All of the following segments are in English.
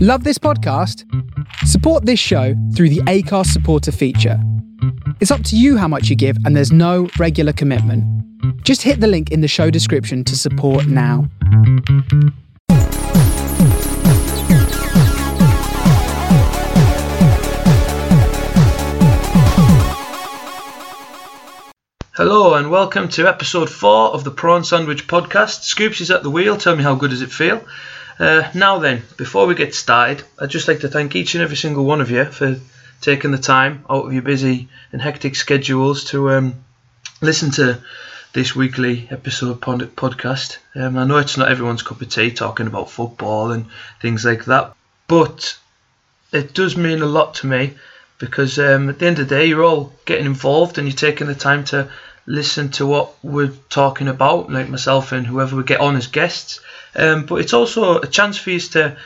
Love this podcast? Support this show through the ACARS supporter feature. It's up to you how much you give, and there's no regular commitment. Just hit the link in the show description to support now. Hello and welcome to episode four of the Prawn Sandwich Podcast. Scoops is at the wheel. Tell me how good does it feel? Uh, now then, before we get started, I'd just like to thank each and every single one of you for taking the time out of your busy and hectic schedules to um, listen to this weekly episode pod- podcast. Um, I know it's not everyone's cup of tea talking about football and things like that, but it does mean a lot to me because um, at the end of the day, you're all getting involved and you're taking the time to listen to what we're talking about, like myself and whoever we get on as guests. Um, but it's also a chance for you to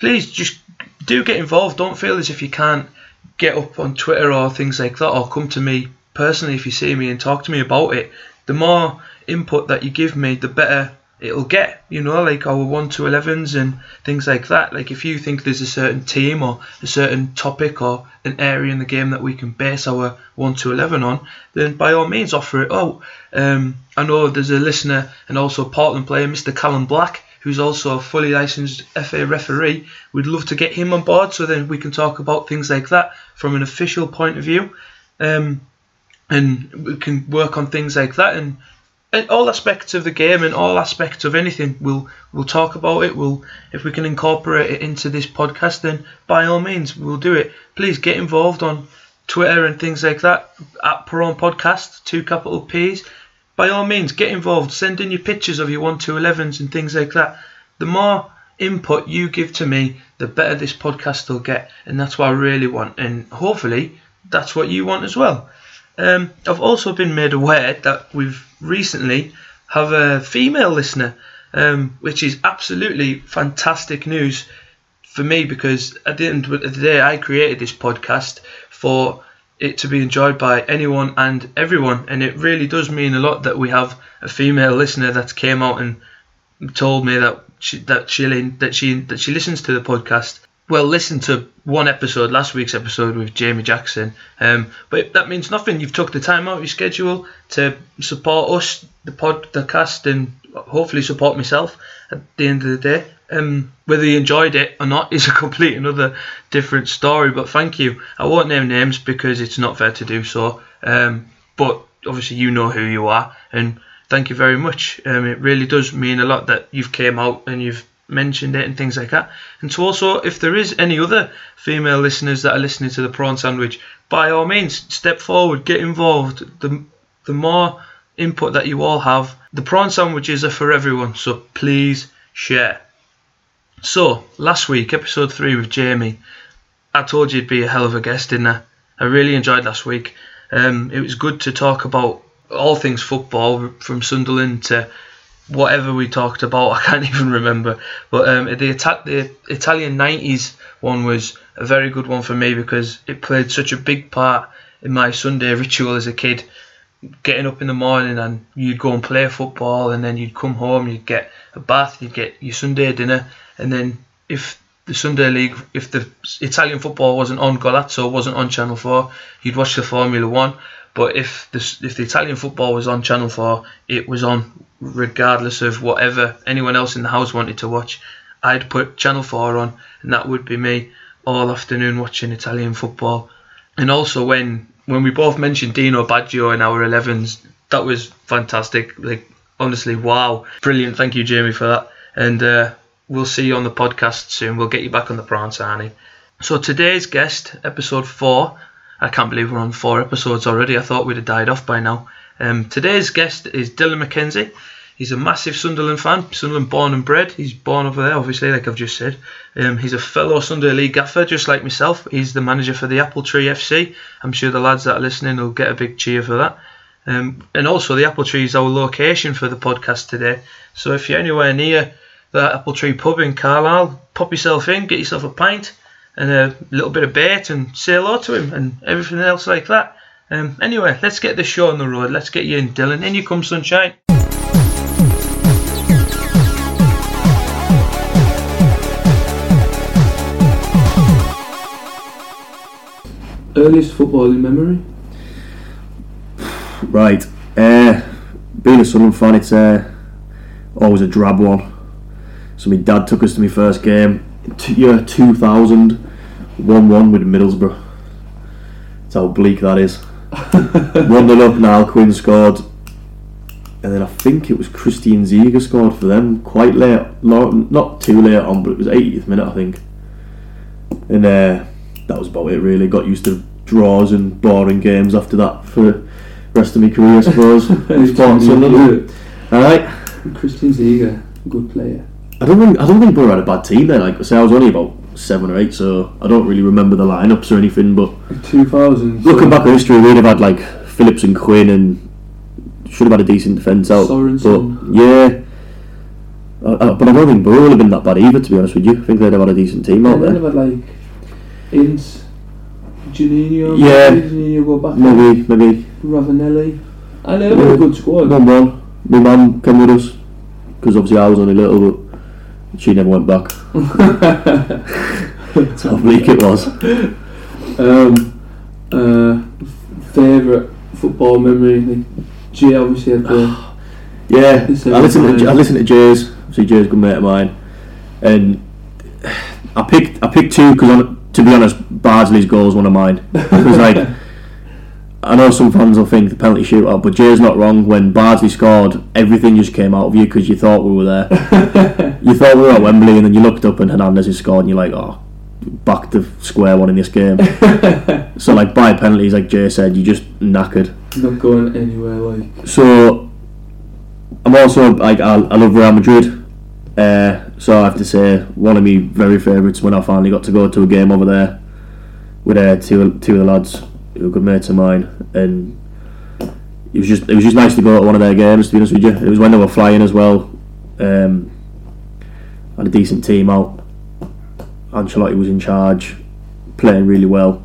please just do get involved. Don't feel as if you can't get up on Twitter or things like that, or come to me personally if you see me and talk to me about it. The more input that you give me, the better it'll get. You know, like our one to elevens and things like that. Like if you think there's a certain team or a certain topic or an area in the game that we can base our one to eleven on, then by all means offer it out. Um, I know there's a listener and also Portland player, Mr. Callum Black. Who's also a fully licensed FA referee? We'd love to get him on board so then we can talk about things like that from an official point of view. Um, and we can work on things like that and in all aspects of the game and all aspects of anything we'll we'll talk about it we'll if we can incorporate it into this podcast then by all means we'll do it please get involved on twitter and things like that at Peron podcast two capital p's by all means get involved send in your pictures of your 1 to 11s and things like that the more input you give to me the better this podcast will get and that's what i really want and hopefully that's what you want as well um, I've also been made aware that we've recently have a female listener, um, which is absolutely fantastic news for me because at the end of the day, I created this podcast for it to be enjoyed by anyone and everyone, and it really does mean a lot that we have a female listener that came out and told me that she, that she that she that she listens to the podcast well, listen to one episode, last week's episode with Jamie Jackson. Um, but that means nothing. You've took the time out of your schedule to support us, the podcast, and hopefully support myself at the end of the day. Um, whether you enjoyed it or not is a complete another different story. But thank you. I won't name names because it's not fair to do so. Um, but obviously you know who you are, and thank you very much. Um, it really does mean a lot that you've came out and you've mentioned it and things like that. And to also, if there is any other female listeners that are listening to the prawn sandwich, by all means, step forward, get involved. The the more input that you all have, the prawn sandwiches are for everyone. So please share. So last week, episode three with Jamie, I told you it'd be a hell of a guest, didn't I? I really enjoyed last week. Um, it was good to talk about all things football, from Sunderland to whatever we talked about, I can't even remember. But um, the, Ita- the Italian 90s one was a very good one for me because it played such a big part in my Sunday ritual as a kid. Getting up in the morning and you'd go and play football, and then you'd come home, you'd get a bath, you'd get your Sunday dinner, and then if the Sunday league, if the Italian football wasn't on Golazzo, wasn't on Channel 4, you'd watch the Formula 1. But if the if the Italian football was on Channel Four, it was on regardless of whatever anyone else in the house wanted to watch. I'd put Channel Four on, and that would be me all afternoon watching Italian football. And also when when we both mentioned Dino Baggio in our 11s, that was fantastic. Like honestly, wow, brilliant. Thank you, Jamie, for that. And uh, we'll see you on the podcast soon. We'll get you back on the Brown Sarnie. So today's guest, episode four, I can't believe we're on four episodes already. I thought we'd have died off by now. Um, today's guest is Dylan McKenzie. He's a massive Sunderland fan, Sunderland born and bred. He's born over there, obviously, like I've just said. Um, he's a fellow Sunderland League gaffer, just like myself. He's the manager for the Apple Tree FC. I'm sure the lads that are listening will get a big cheer for that. Um, and also, the Apple Tree is our location for the podcast today. So if you're anywhere near the Apple Tree pub in Carlisle, pop yourself in, get yourself a pint and a little bit of bait and say hello to him and everything else like that. Um, anyway, let's get this show on the road. Let's get you in, Dylan. In you come, sunshine. Earliest footballing memory? Right. Uh, being a Sunderland fan, it's uh, always a drab one. So my dad took us to my first game, t- year 2000, 1-1 with Middlesbrough. That's how bleak that is. 1-0 up, Niall Quinn scored. And then I think it was Christian Ziga scored for them quite late, lo- not too late on, but it was 80th minute, I think. And uh, that was about it, really. Got used to draws and boring games after that for the rest of my career, I suppose. Supporting Sunderland. All right. Christian Ziga, good player. I don't think I don't think Borough had a bad team then. Like I say, I was only about seven or eight, so I don't really remember the lineups or anything. But 2000. looking back at history, we'd have had like Phillips and Quinn, and should have had a decent defence out. Sorensen. But yeah, I, I, but I don't think Borough would have been that bad either. To be honest with you, I think they'd have had a decent team I out don't there. know about like Ince, Janino, Yeah. maybe Janino go back, Maybe maybe Ravanelli. I know they're a good squad. one one. My mum came with us because obviously I was only little, but she never went back. That's how bleak it was. um, uh, favourite football memory? Like, Jay obviously had the. Yeah, I It's a listened to reminder. I listened to Jay's. So Jay's a good mate of mine, and I picked I picked two because to be honest, Bardsley's goal is one of mine. Because like I know some fans will think the penalty shootout, but Jay's not wrong. When Bardsley scored, everything just came out of you because you thought we were there. you thought we were at Wembley, and then you looked up and Hernandez has scored, and you're like, oh, back to square one in this game. so like by penalties, like Jay said, you just knackered. not going anywhere like. So I'm also like I, I love Real Madrid. Uh, so I have to say one of my very favourites when I finally got to go to a game over there with uh, two two of the lads who were good mates of mine, and it was just it was just nice to go to one of their games. To be honest with you, it was when they were flying as well. Um, had a decent team out. Ancelotti was in charge, playing really well.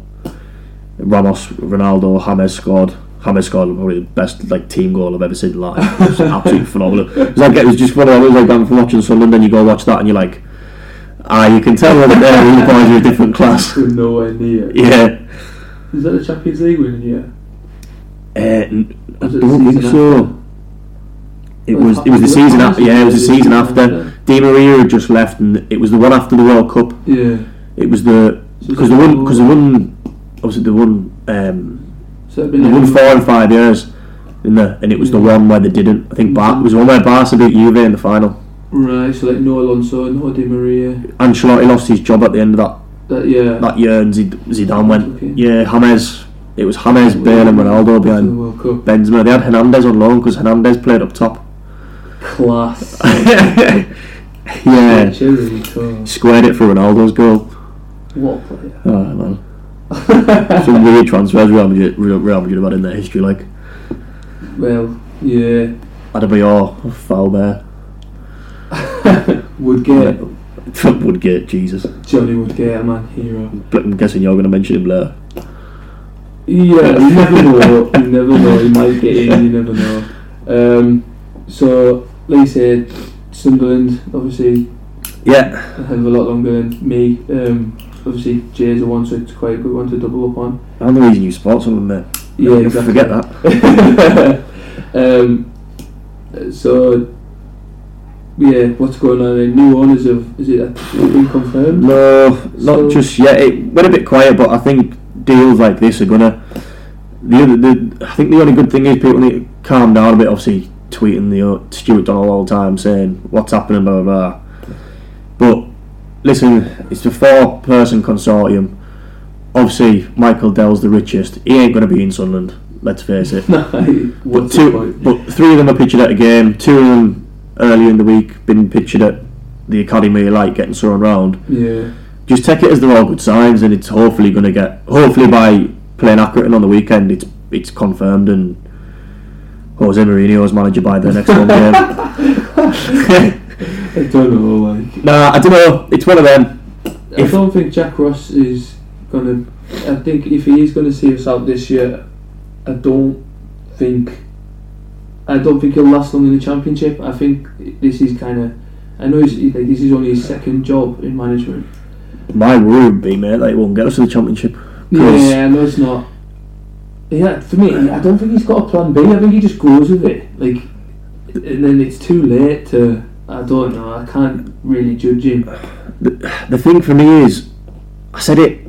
Ramos, Ronaldo, James scored. James scored probably the best like team goal I've ever seen live. It was absolutely phenomenal. It was, like, it was just one of those like going from watching Sunderland and you go watch that and you're like, ah, you can tell over there all the boys are a different class. We're nowhere near. Yeah. Is that a Champions League win here? Uh, n- I Was it don't the think season so. It was it was the season after. Yeah, it was the season after. Di Maria had just left, and it was the one after the World Cup. Yeah. It was the So because they won because they won obviously they won um, So it'd They been won four in five years, in the, and it was the one where they didn't. I think Bar- it was the one where Barca beat Juve in the final. Right, so like no Alonso, no Di Maria. Ancelotti lost his job at the end of that, That yeah. that year, and Zid- Zidane went, Okay. yeah, James. It was James, Bale, and Ronaldo After the behind World Cup. Benzema. They had Hernandez on loan because Hernandez played up top. Class. yeah, Cherry Tour. squared it for Ronaldo's goal. What a player? Oh man, some weird transfers Real Madrid, Real Real Madrid have had in their history, like Well, yeah. Adebayor, Falmer, Woodgate. Woodgate, Jesus. Johnny Woodgate, a man hero. But I'm guessing you're going to mention him later. Yeah, you never know. You never know. You might get in. You never know. Um, so, like you said, Sunderland obviously Yeah, a hell of a lot longer than me. Um, obviously, Jay's a one, so it's quite a good one to double up on. I'm the reason you support someone, mate. Yeah, You exactly. Forget that. um, so, yeah, what's going on? Then? New owners of is it uh, been confirmed? No, not So- just yet. It went a bit quiet, but I think deals like this are gonna. The, other, the I think the only good thing is people need to calm down a bit. Obviously, tweeting the uh, Stuart Donald all the time saying what's happening, blah blah blah. But listen, it's a four-person consortium. Obviously, Michael Dell's the richest. He ain't gonna be in Sunderland. Let's face it. But what's the two, point? but three of them are pictured at a game. Two of them earlier in the week been pictured at the academy, like getting thrown round. Yeah, Just take it as they're all good signs, and it's hopefully going to get. Hopefully by playing Accrington on the weekend, it's it's confirmed and Jose Mourinho's manager by the next one game. I don't know. Like, nah, I don't know. It's one of them. I If- don't think Jack Ross is gonna. I think if he is gonna see us out this year, I don't think. I don't think he'll last long in the championship. I think this is kind of. I know he's, he- like, this is only his second job in management. My worry would be, mate, that he won't get us to the championship 'Cause- Yeah, no, it's not. Yeah, for me, I don't think he's got a plan B. I think he just goes with it. Like, and then it's too late to. I don't know. I can't really judge him. the thing for me is, I said it,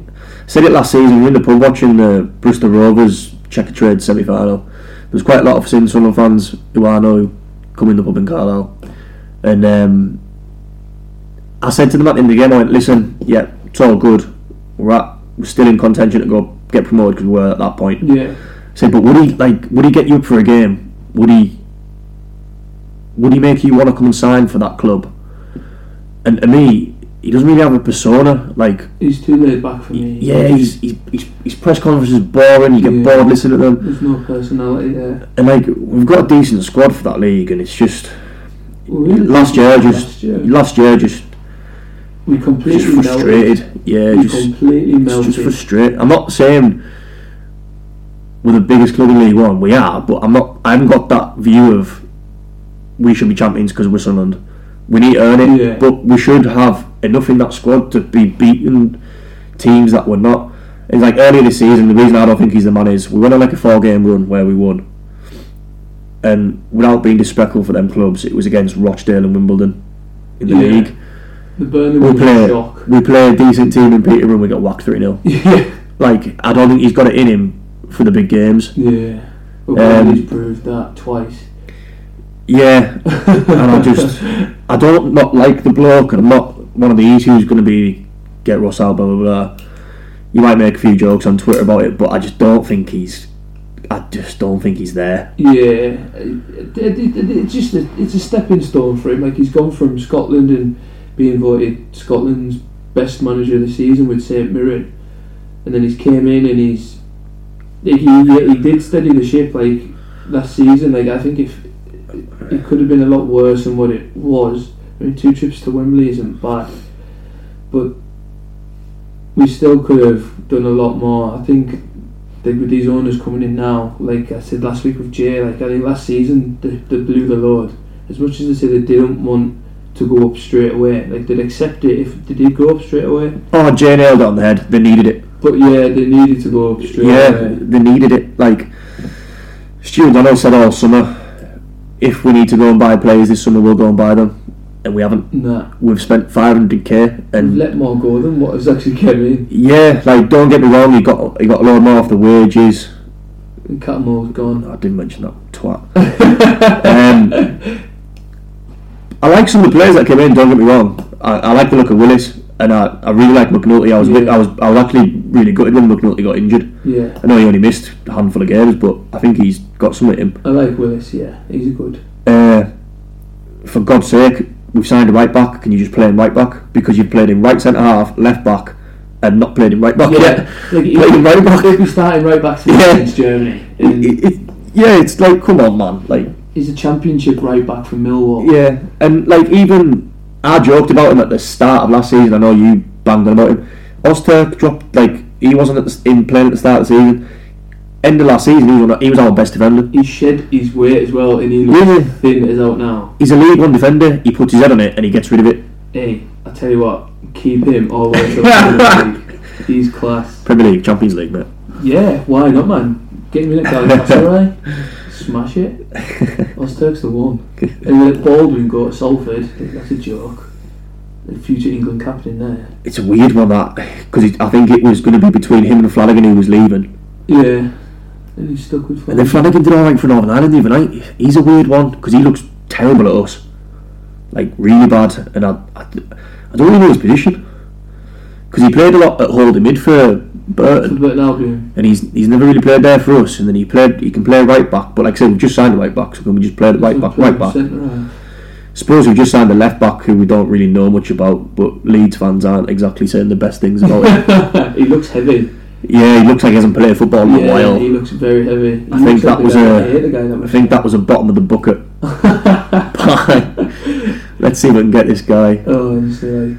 said it last season. We were in the pub watching the Bristol Rovers Checker Trade semi final. There was quite a lot of Sin Sunderland fans who I know who come in the pub in Carlisle, and um, I said to them at the end of the game, I went, "Listen, yeah, it's all good. We're at, we're still in contention to go get promoted because we were at that point." Yeah, Say, but would he like? Would he get you up for a game? Would he? Would he make you want to come and sign for that club? And to me, he doesn't really have a persona. Like, he's too laid back for me. yeah, he's, he's, he's his press conferences boring. You get Yeah. bored listening to them. There's no personality there. And like, we've got a decent squad for that league, and it's just We really- last year, just Last year. last year, just we just completely melted. frustrated. Yeah, We just completely It's melted. just frustrating. I'm not saying we're the biggest club in League One. We are, but I'm not. I haven't got that view of we should be champions because we're Sunderland. We need to earn it, Yeah. but we should have enough in that squad to be beating teams that we're not. It's like earlier this season. The reason I don't think he's the man is we went on like a four-game run where we won, and without being disrespectful for them clubs, it was against Rochdale and Wimbledon in the Yeah. league. the Burnley was We a play, shock. we play a decent team in Peterborough and we got whacked three 0 yeah, like I don't think he's got it in him for the big games. yeah. But Um, Burnley's proved that twice. Yeah, and I just I don't not like the bloke, and I'm not one of these who's going to be get Ross out, blah blah blah. You might make a few jokes on Twitter about it, but I just don't think he's. I just don't think he's there. Yeah, it, it, it, it's just a, it's a stepping stone for him. Like he's gone from Scotland and being voted Scotland's best manager of the season with St Mirren, and then he's came in and he's he, he, he did steady the ship like last season. Like I think if it could have been a lot worse than what it was. I mean, two trips to Wembley isn't bad, but we still could have done a lot more. I think the, with these owners coming in now, like I said last week with Jay, like I think last season they, they blew the load. As much as they said they didn't want to go up straight away, like they'd accept it if they did go up straight away. Oh, Jay nailed it on the head. They needed it. But yeah, they needed to go up straight yeah, away. they needed it. Like Stuart Donald said all summer, if we need to go and buy players this summer, we'll go and buy them, and we haven't. Nah, We've spent 500k we've and let more go than what has actually came in. Yeah, like don't get me wrong, he got he got a lot more off the wages. And Catamore's gone. I didn't mention that twat. um, I like some of the players that came in. Don't get me wrong. I, I like the look of Willis, and I, I really like McNulty. I was Yeah. I was I was actually really gutted when McNulty got injured. Yeah, I know he only missed a handful of games, but I think he's got some in him. I like Willis. Yeah, he's a good. Uh, for God's sake, we've signed a right back. Can you just play him right back because you've played him right centre half, left back, and not played him right back yet? like he, Played him right back. he'll be starting right back to Yeah. against Germany. And It- it- yeah, it's like come on, man. Like he's a championship right back from Millwall. yeah, and like even I joked about him at the start of last season. I know you banged on about him. Osterk dropped like he wasn't at the, s- in playing at the start of the season. End of last season, he was, on, he was our best defender. He shed his weight as well, and he looks Really? thin as out now. He's a League One defender. He puts his head on it and he gets rid of it. Hey, I tell you what, keep him all the way to the league. He's class. Premier League, Champions League, mate. Yeah, why not, man? Get him in at Galatasaray, smash it. Osterk's the one. And let Baldwin go to Salford. That's a joke. The future England captain there. It's a weird one that because I think it was going to be between him and Flanagan who was leaving. Yeah, and he's stuck with. And then Flanagan did all right for Northern Ireland the other night. He's a weird one because he looks terrible at us, like really bad. And I, I, I don't really know his position because he played a lot at holding mid for Burton, But Albion. and he's he's never really played there for us. And then he played he can play right back, but like I said, we've just signed a right back, so can we just play the right back, right back? Centre half. Suppose we've just signed a left back who we don't really know much about, but Leeds fans aren't exactly saying the best things about him. he looks heavy. Yeah, he looks like he hasn't played football in a yeah, while. he looks very heavy. He I think looks like that the was guy a- I hate the guy that I was. think that was a bottom of the bucket pie. Let's see if we can get this guy. Oh, honestly, like.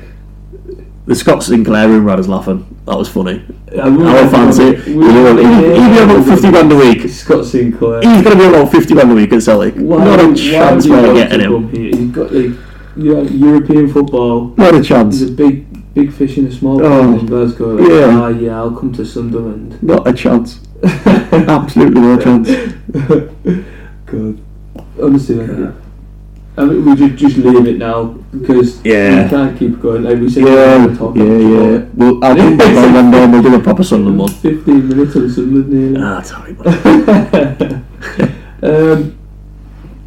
The Scott Sinclair room ran us laughing. That was funny. I would I would fancy it. eh? You know, he'd he'd be on about 50 grand a week. He's Scott Sinclair. going to be on about 50 grand a week at Celtic. Not a chance why would we're you want getting to him. come here? You've got like, you know, European football. Not a He's chance. a big, Big fish in a small Oh. pond in Glasgow. Like, Yeah. "Ah, yeah, I'll come to Sunderland. Not a chance. Absolutely no chance. God. Honestly, Yeah. like, I mean, we should just leave it now because Yeah. we can't keep going. Like we said, Yeah, we're talking yeah, for yeah. Well, I think by then then we'll do a proper Sunderland one. 15 minutes on Sunderland nearly. Ah, sorry, man. um,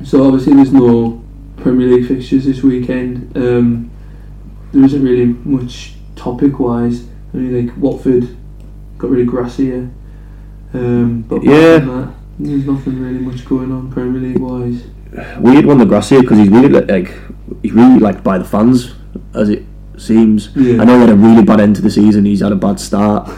so obviously there's no Premier League fixtures this weekend. Um, there isn't really much topic wise. I mean, like Watford got really grassier. Um, but Yeah. yeah. that, there's nothing really much going on Premier League wise. Weird one, the Gracia, because he's really li- like he's really liked by the fans, as it seems. Yeah. I know he had a really bad end to the season. He's had a bad start.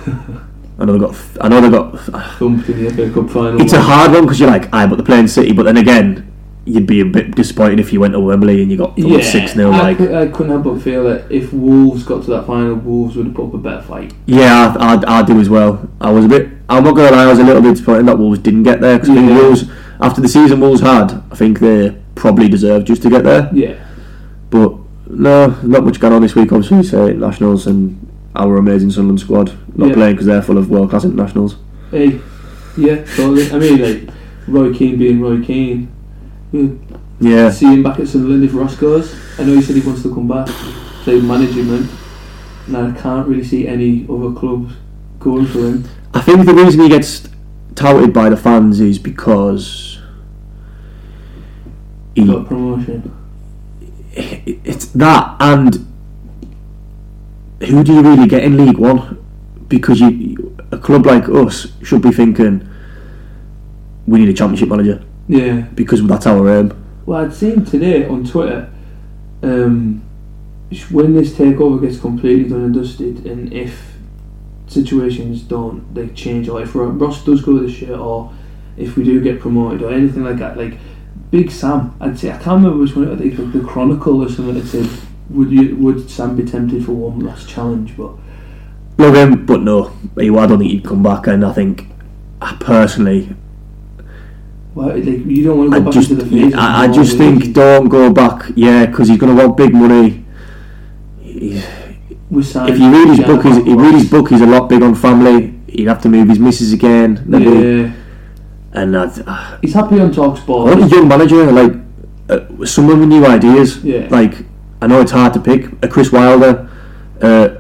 I know they got. I know they got. Thumped in the FA Cup final. It's a hard one because you're like, aye, but they're playing City. But then again, you'd be a bit disappointed if you went to Wembley and you got yeah, six 0 I, Like, cou- I couldn't help but feel that if Wolves got to that final, Wolves would have put up a better fight. yeah, I, I, I do as well. I was a bit. I'm not gonna lie, I was a little bit disappointed that Wolves didn't get there because Yeah. Wolves, after the season Wolves had, I think they probably deserved just to get there. Yeah, But no, not much going on this week. Obviously, so nationals and our amazing Sunderland squad not Yeah. playing because they're full of world class internationals. Hey, yeah, totally. I mean, like, Roy Keane being Roy Keane. You Yeah, see him back at Sunderland if Ross goes. I know he said he wants to come back, play management, and I can't really see any other clubs going for him. I think the reason he gets touted by the fans is because he, Got promotion. it's that and who do you really get in League One? Because you, a club like us should be thinking we need a championship manager Yeah. because that's our aim. Well, I'd seen today on Twitter um, sh- when this takeover gets completely done and dusted, and if situations don't they change, or if Ro- Ross does go this year, or if we do get promoted, or anything like that, like Big Sam, I'd say I can't remember which one. I think it was the Chronicle or something that said, "Would you would Sam be tempted for one last challenge?" But Love him, but no, he- I don't think he'd come back. And I think, I personally, well, like you don't want to I go back just, into the phase. I, I just think don't go back. Yeah, because he's going to want big money. He's, if you read his book, he's, he read his book. He's a lot big on family. He'd have to move his missus again. then he- yeah, And I, he's happy on I want Talksport. a young manager like uh, someone with new ideas. Yeah. Like I know it's hard to pick a Chris Wilder. Uh,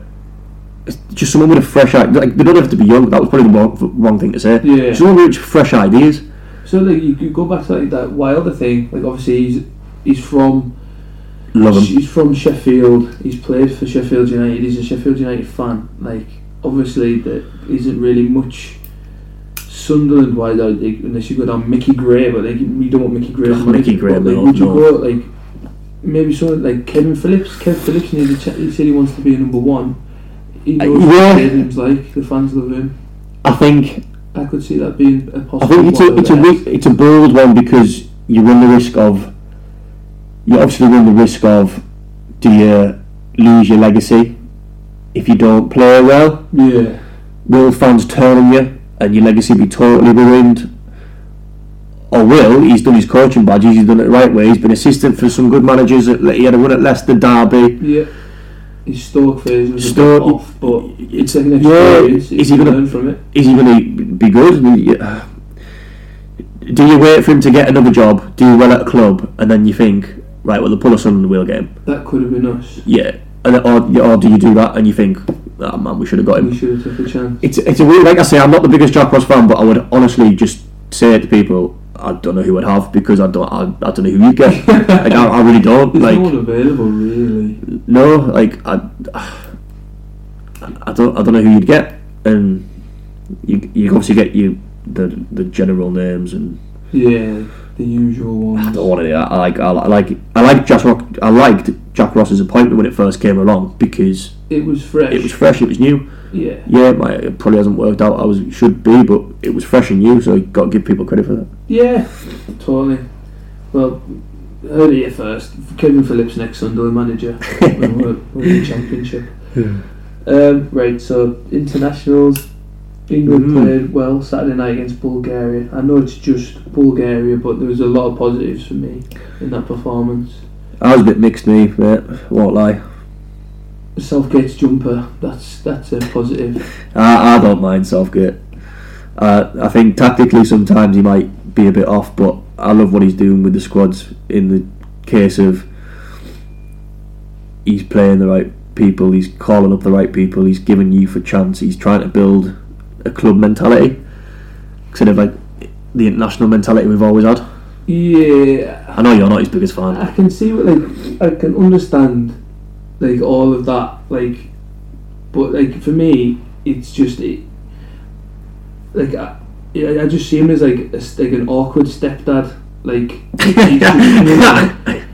just someone with a fresh idea. Like they don't have to be young. That was probably the wrong, wrong thing to say. Yeah. Someone with fresh ideas. So like you could go back to like that Wilder thing. Like obviously he's he's from Love him. he's from Sheffield. He's played for Sheffield United. He's a Sheffield United fan. Like obviously there isn't really much Sunderland wise out like, unless you go down Mickey Gray, but like you don't want Mickey Gray. Ugh, on Mickey it, Gray, but, no, like, would you no. go like maybe someone like Kevin Phillips? Kevin Phillips needs a ch- he said he wants to be a number one. He Uh, knows what yeah. the stadium's like the fans love him. I think I could see that being a possible. I think it's a Wilder it's a there. re- it's a bold one because you run the risk of you obviously run the risk of do you lose your legacy if you don't play well? yeah. Will fans turn on you and your legacy be totally ruined? Or will he's done his coaching badges? He's done it the right way. He's been assistant for some good managers. At, he had a run at Leicester, Derby. Yeah. His Stoke phase was Stoke- a bit off, but it's like an Yeah, experience. is Is he he going to gonna- learn from it? Is he going to be good? I mean, you- Do you wait for him to get another job, do well at a club, and then you think, right, well, the pull us on and we'll get him? That could have been us. Yeah, and uh, or, or do you do that and you think, oh man, we should have got We him? should have took a chance. It's it's a weird. Like I say, I'm not the biggest Jack Ross fan, but I would honestly just say it to people. I don't know who I'd have because I don't. I, I don't know who you get. like I, I really don't. There's like no one available really. no, like I, I don't. I don't know who you'd get, and you you obviously get you the the general names and Yeah, the usual I ones. don't want to do that. I like I like I like Jack Ross. I liked Jack Ross's appointment when it first came along because It was fresh. it was fresh, it was new. yeah, yeah, my, it probably hasn't worked out how it should be, but it was fresh and new, so you got to give people credit for that. yeah, totally. Well, heard it here first. Kevin Phillips next Sunderland manager when we're, we're in the championship. Um, right, so internationals. England Mm. played well Saturday night against Bulgaria. I know it's just Bulgaria, but there was a lot of positives for me in that performance. I was a bit mixed, me, mate, won't lie. Southgate's jumper. That's that's a positive. I, I don't mind Southgate. Uh, I think tactically sometimes he might be a bit off, but I love what he's doing with the squads. In the case of he's playing the right people, he's calling up the right people, he's giving youth a chance, he's trying to build a club mentality instead of like the international mentality we've always had. Yeah, I know you're not his biggest fan. I can see what like I can understand like all of that like but like for me it's just it, like I, I I just see him as like a, s- like an awkward stepdad like, he's just-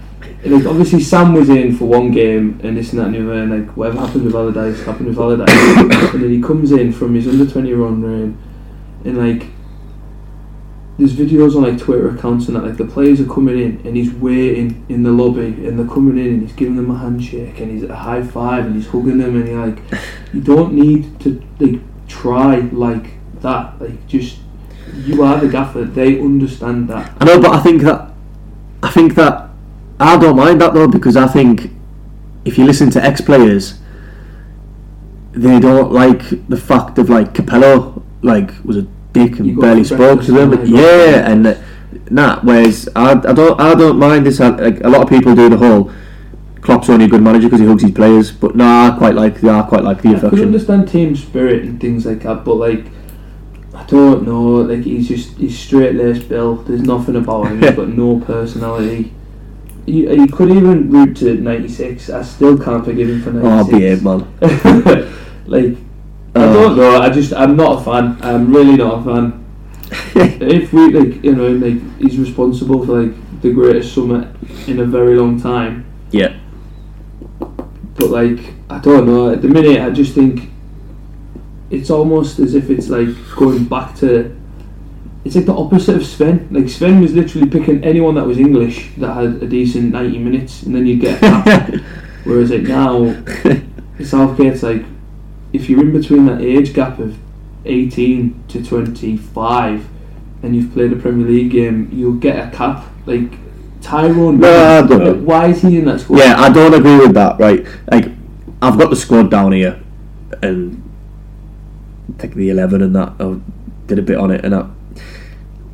and, like obviously Sam was in for one game and this and that and the other and like whatever happened with Allardyce happened with Allardyce and then he comes in from his under 20 run reign and like there's videos on like Twitter accounts and that like the players are coming in and he's waiting in the lobby and they're coming in and he's giving them a handshake and he's a high five and he's hugging them and you're like you don't need to like try like that like just you are the gaffer they understand that I know, but I think that I think that I don't mind that though because I think if you listen to ex players, they don't like the fact of like Capello like was a dick You and go barely for spoke to them. breakfast, Yeah, and uh, nah. Whereas I, I don't I don't mind this. uh, Like a lot of people do the whole. Klopp's only a good manager because he hugs his players, but nah, I quite like the I quite like the I could affection. understand team spirit and things like that but like I don't know like he's just he's straight laced Bill there's nothing about him he's got no personality you, you could even root to 96 I still can't forgive him for Oh, 96 behave, man. like I don't know. I just I'm not a fan. I'm really not a fan. if we like, you know, like he's responsible for like the greatest summit in a very long time. Yeah. But like, I don't know. At the minute, I just think it's almost as if it's like going back to. It's like the opposite of Sven. Like Sven was literally picking anyone that was English that had a decent ninety minutes, and then you get. Whereas like now, Southgate's like, if you're in between that age gap of 18 to 25 and you've played a Premier League game, you'll get a cap. Like, Tyrone, No, I don't know. Like, why is he in that squad? Yeah, I don't agree with that. Right, like I've got the squad down here, and take the eleven and that. I did a bit on it, and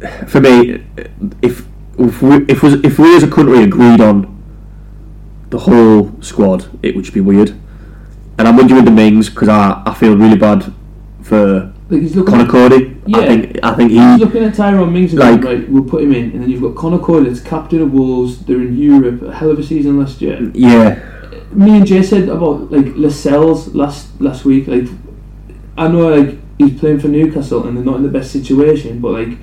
that for me, if if we if we, if we as a country agreed on the whole squad, it would just be weird. And I'm with you with the Mings because I, I feel really bad for Like, he's looking, Connor Cody. I Yeah. think I think he's he looking at Tyrone Mings and Like- going, right, we'll put him in. And then you've got Connor Coyle, that's captain of Wolves, they're in Europe, a hell of a season last year. yeah me and Jay said about like Lascelles last last week. Like, I know like he's playing for Newcastle and they're not in the best situation, but like,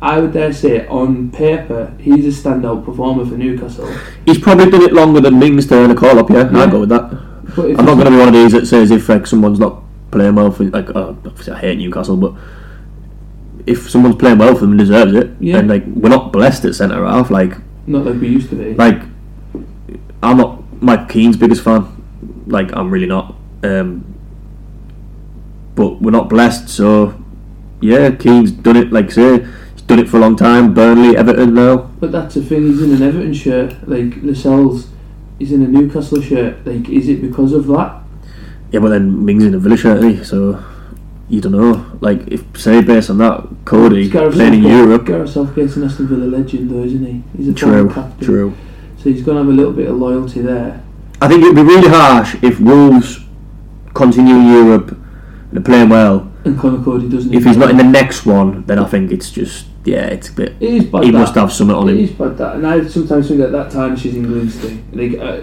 I would dare say on paper he's a standout performer for Newcastle. he's probably done it longer than Mings to earn a call up. Yeah, I go with that. But if I'm not going to be one of these that says if like someone's not playing well for like uh, obviously I hate Newcastle, but if someone's playing well for them and deserves it, Yeah. then like we're not blessed at centre half. Like not like we used to be. like I'm not Mike Keane's biggest fan. Like I'm really not. Um, but we're not blessed, so yeah, Keane's done it. Like I say, he's done it for a long time. Burnley, Everton now. But that's the thing. He's in an Everton shirt. Like Lascelles is in a Newcastle shirt. Like, is it because of that? Yeah, but then Mings in a village shirt, eh? so you don't know. Like if say based on that, Cody It's Gareth playing in Southgate- Europe. Gareth Southgate's an Aston Villa legend, though, isn't he? He's a True, former captain. true. So he's going to have a little bit of loyalty there. I think it'd be really harsh if Wolves continue in Europe and they're playing well. And Connor Cody doesn't. If even he's not in the next one, then I think it's just yeah, it's a bit. It is bad He that. must have something on It him. is bad that, and I sometimes think at that time she's England's thing. Like, I,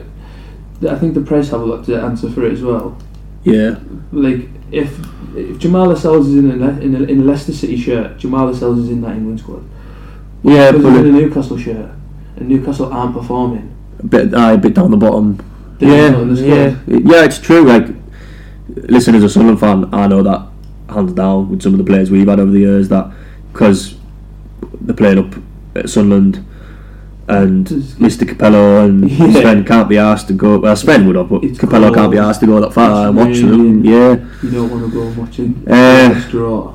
I think the press have a lot to answer for it as well. Yeah, Like, if, if Jamal Lascelles is in a, Le- in a in a Leicester City shirt, Jamal Lascelles is in that England squad. yeah, If he's but in a a Newcastle shirt, and Newcastle aren't performing, bit, aye, a bit down the bottom. then he's not in the squad. yeah, yeah. It's true. Like, listen, as a Sunderland fan, I know that hands down with some of the players we've had over the years that because they played up at Sunderland and It's- Mr. Capello and Yeah. Sven can't be asked to go. Well, Sven would have, but It's Capello can't be cold. asked to go that far It's and watch them. raining. Yeah, You don't want to go and watch him. Eh. It's draw.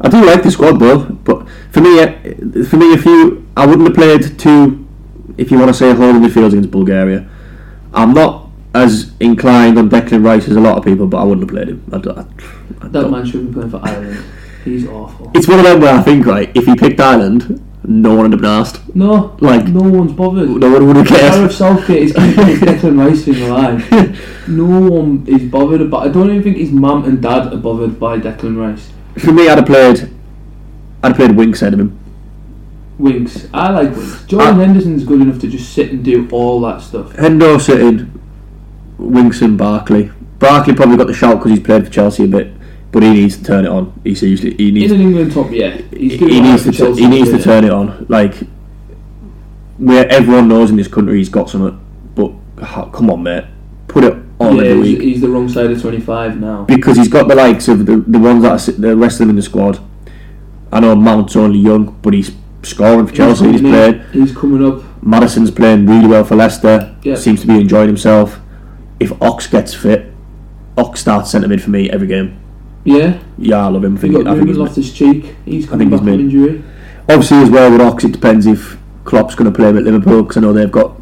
I do like the squad though, but for me, eh, for me, if you, I wouldn't have played two. If you want to say holding midfields against Bulgaria, I'm not as inclined on Declan Rice as a lot of people, but I wouldn't have played him. I don't, I, I That don't- man should be playing for Ireland. He's awful. It's one of them where I think, right, if he picked Ireland, no one would have been asked. No, Like- no one's bothered. No one would have Gareth cared. Southgate is keeping his Declan Rice in alive. No one is bothered about. I don't even think his mum and dad are bothered by Declan Rice. For me, I'd have played. I'd have played Winks ahead of him. Winks, I like Winks. Jordan I- Henderson's good enough to just sit and do all that stuff. Hendo sitting, Winks and Barkley. Barkley probably got the shout because he's played for Chelsea a bit, but he needs to turn it on. He seriously, he He's needs, an England top, yeah. He's good he enough needs for to, tu- Chelsea he needs to play. turn it on. Like where everyone knows in this country, he's got something. But ha- come on, mate, put it on Yeah, every he's, week he's the wrong side of 25 now. because he's got the likes of the, the ones that are, sit- the rest of them in the squad. I know Mount's only young, but he's scoring for Chelsea. He's coming in, played. He's coming up. Madison's playing really well for Leicester. Yeah. Seems to be enjoying himself. If Ox gets fit, Ox starts centre mid for me every game. Yeah, Yeah, I love him. we I think, got I Ruben think he's Loftus Cheek. He's coming back think he's from made- injury. obviously as well with Ox. It depends if Klopp's going to play him at Liverpool because I know they've got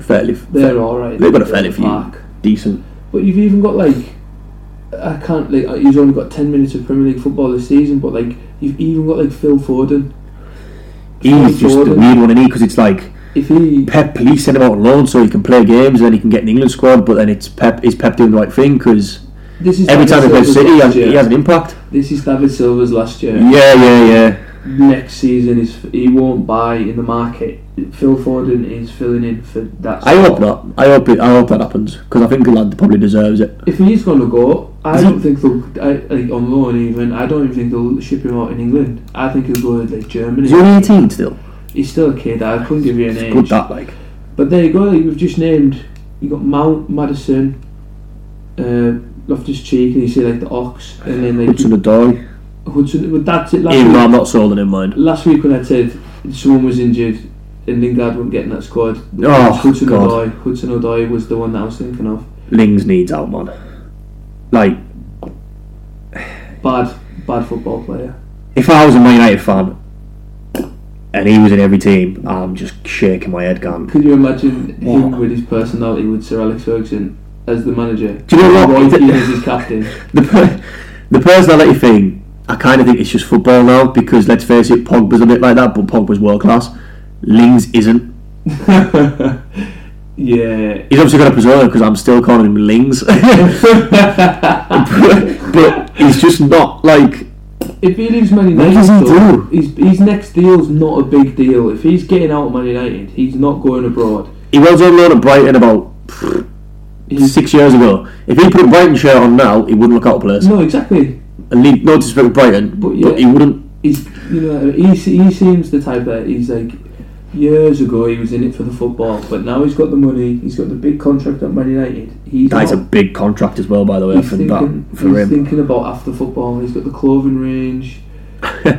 fairly They're all right. They've got a fairly few Park. decent. But you've even got like, I can't like. uh, He's only got ten minutes of Premier League football this season, but like you've even got like Phil Foden. He's just a Jordan. weird one, and he because it's like If he, Pep. Please send him out on loan so he can play games, and then he can get an England squad. But then it's Pep. Is Pep doing the right thing? Because this is every David time he plays Silva's City, he last has, year. he has an impact. This is David Silva's last year. Yeah, yeah, yeah. Next season is he won't buy in the market. Phil Foden is filling in for that. I spot. hope not. I hope it, I hope that happens because I think the lad probably deserves it. If he's gonna go, I Is don't think they'll. I, like on loan even. I don't even think they'll ship him out in England. I think he'll go to like Germany. He's only 18 still. He's still a kid. I couldn't give you an Good age. that like. But there you go. like, We've just named. You got Mount Madison, uh, Loftus Cheek, and you see like the Ox, and then like Hudson Odoi. Hudson. But that's it. Last Even though week, I'm not sold on him, mind. last week when I said someone was injured and Lingard won't get in that squad, Oh, Hudson God. Odoi. Hudson Odoi was the one that I was thinking of. Lings needs out, man. Like, Bad, bad football player. if I was a Man United fan and he was in every team, I'm just shaking my head, going. Could you imagine Yeah. him with his personality with Sir Alex Ferguson as the manager? Do you know what? Roy Keane as his captain. The, per- the personality thing, I kind of think it's just football now because, let's face it, Pogba's a bit like that, but Pogba's world class. Lings isn't. yeah. He's obviously got a persona because I'm still calling him Lings. but he's just not like. If he leaves Man What United, does he though, do? His, his next deal's not a big deal. If he's getting out of Man United, he's not going abroad. He was on loan at Brighton about He's, six years ago. If he put a Brighton shirt on now, he wouldn't look out of place. no, exactly. And he, no disrespect to Brighton, But but, yeah. he wouldn't. He's you know he, se- he seems the type that he's like years ago he was in it for the football, but now he's got the money. He's got the big contract at Man United. He's That's a not- big contract as well, by the way, He's for, thinking, that, for he's him. thinking about after football. He's got the clothing range.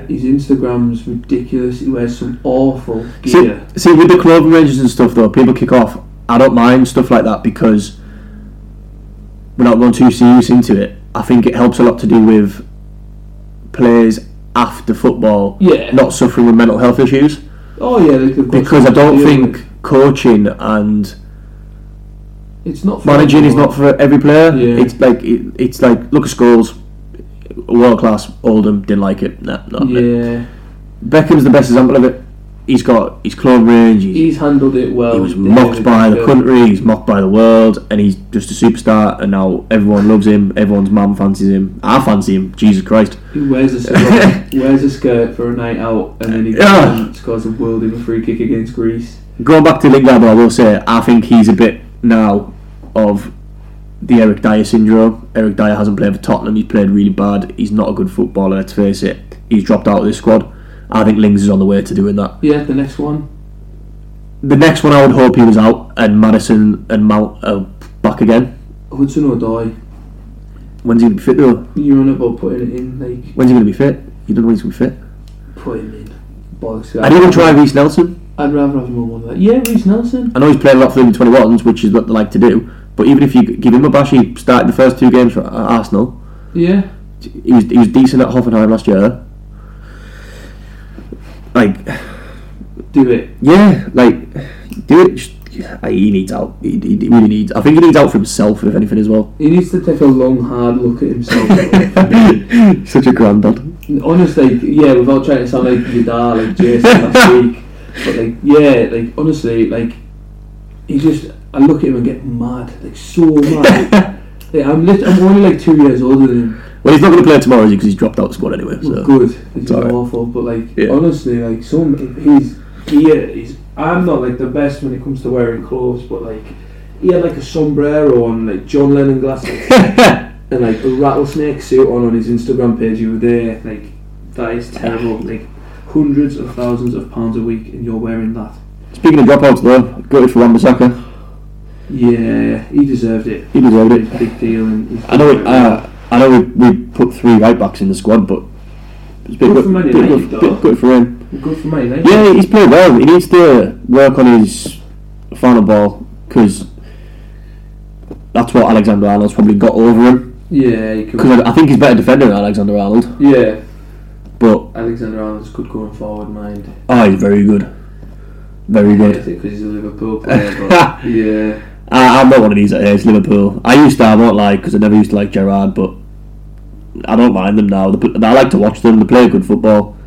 His Instagram's ridiculous. He wears some awful See, gear. see, with the clothing ranges and stuff, though, people kick off. I don't mind stuff like that because we're not going too serious into it. I think it helps a lot to do with players after football Yeah. not suffering with mental health issues. oh yeah, like they've got Because I something to don't deal think with. coaching and it's not for managing is everyone. not for every player. Yeah. It's like it, it's like look at Scholes, world class. Oldham didn't like it. Nah, not yeah. Yeah, Beckham's the best example of it. He's got his clone range. He's, he's handled it well. he was They mocked did by the good. country. He's mocked by the world, and he's just a superstar. And now everyone loves him. Everyone's mum fancies him. I fancy him. Jesus Christ. He wears a skirt, wears a skirt for a night out, and then he goes Yeah. and scores a world in a free kick against Greece. Going back to Lingard, though, I will say I think he's a bit now of the Eric Dyer syndrome. Eric Dyer hasn't played for Tottenham. He's played really bad. He's not a good footballer. Let's face it. He's dropped out of this squad. I think Lings is on the way to doing that. Yeah, the next one. The next one, I would hope he was out and Madison and Mount are back again. Hudson Odoi. When's he gonna be fit though? You're on about putting it in, like When's he gonna be fit? You don't know when he's gonna be fit. put him in. Bollocks. I didn't try Reece Nelson. I'd rather have him on one of that. Yeah, Reece Nelson. I know he's played a lot for the 21s, which is what they like to do. But even if you give him a bash, he started the first two games for at Arsenal. Yeah. he was he was decent at Hoffenheim last year. Like Do it. yeah, like do it. Just he needs out. He, he he really needs. I think he needs out for himself, if anything, as well. He needs to take a long, hard look at himself. Such a granddad. honestly, yeah, without trying to sound like Vidal, like Jason last week, but like, yeah, like honestly, like he just, I look at him and get mad, like so mad. like, I'm, lit- I'm only like two years older than him. Well, he's not going to play tomorrow because he's dropped out squad anyway. Well, So good. It's alright. awful, but like Yeah. honestly, like some he's gear is. I'm not like the best when it comes to wearing clothes, but like he had like a sombrero on, like John Lennon glasses, and like a rattlesnake suit on on his Instagram page. You were there, like that is terrible. Like hundreds of thousands of pounds a week, and you're wearing that. speaking of dropouts, though, gutted for Wan-Bissaka. Yeah, he deserved it. He deserved it. Big, big deal. And he's- I know. It, uh, I know we, we put three right backs in the squad, but it's a bit Good good, for Man bit United, good- though. bit good for him. good for mine. eh? Yeah, he's played well. He needs to work on his final ball because that's what Alexander Arnold's probably got over him. Yeah, he could. Because I, I think he's better defender than Alexander Arnold, Yeah, but Alexander Arnold's good going forward mind. oh, he's very good, very good. because he's a Liverpool player. But yeah, I, I'm not one of these that hates Liverpool. I used to, I won't lie, because I never used to like Gerrard, but I don't mind them now. They put, I like to watch them. They play good football.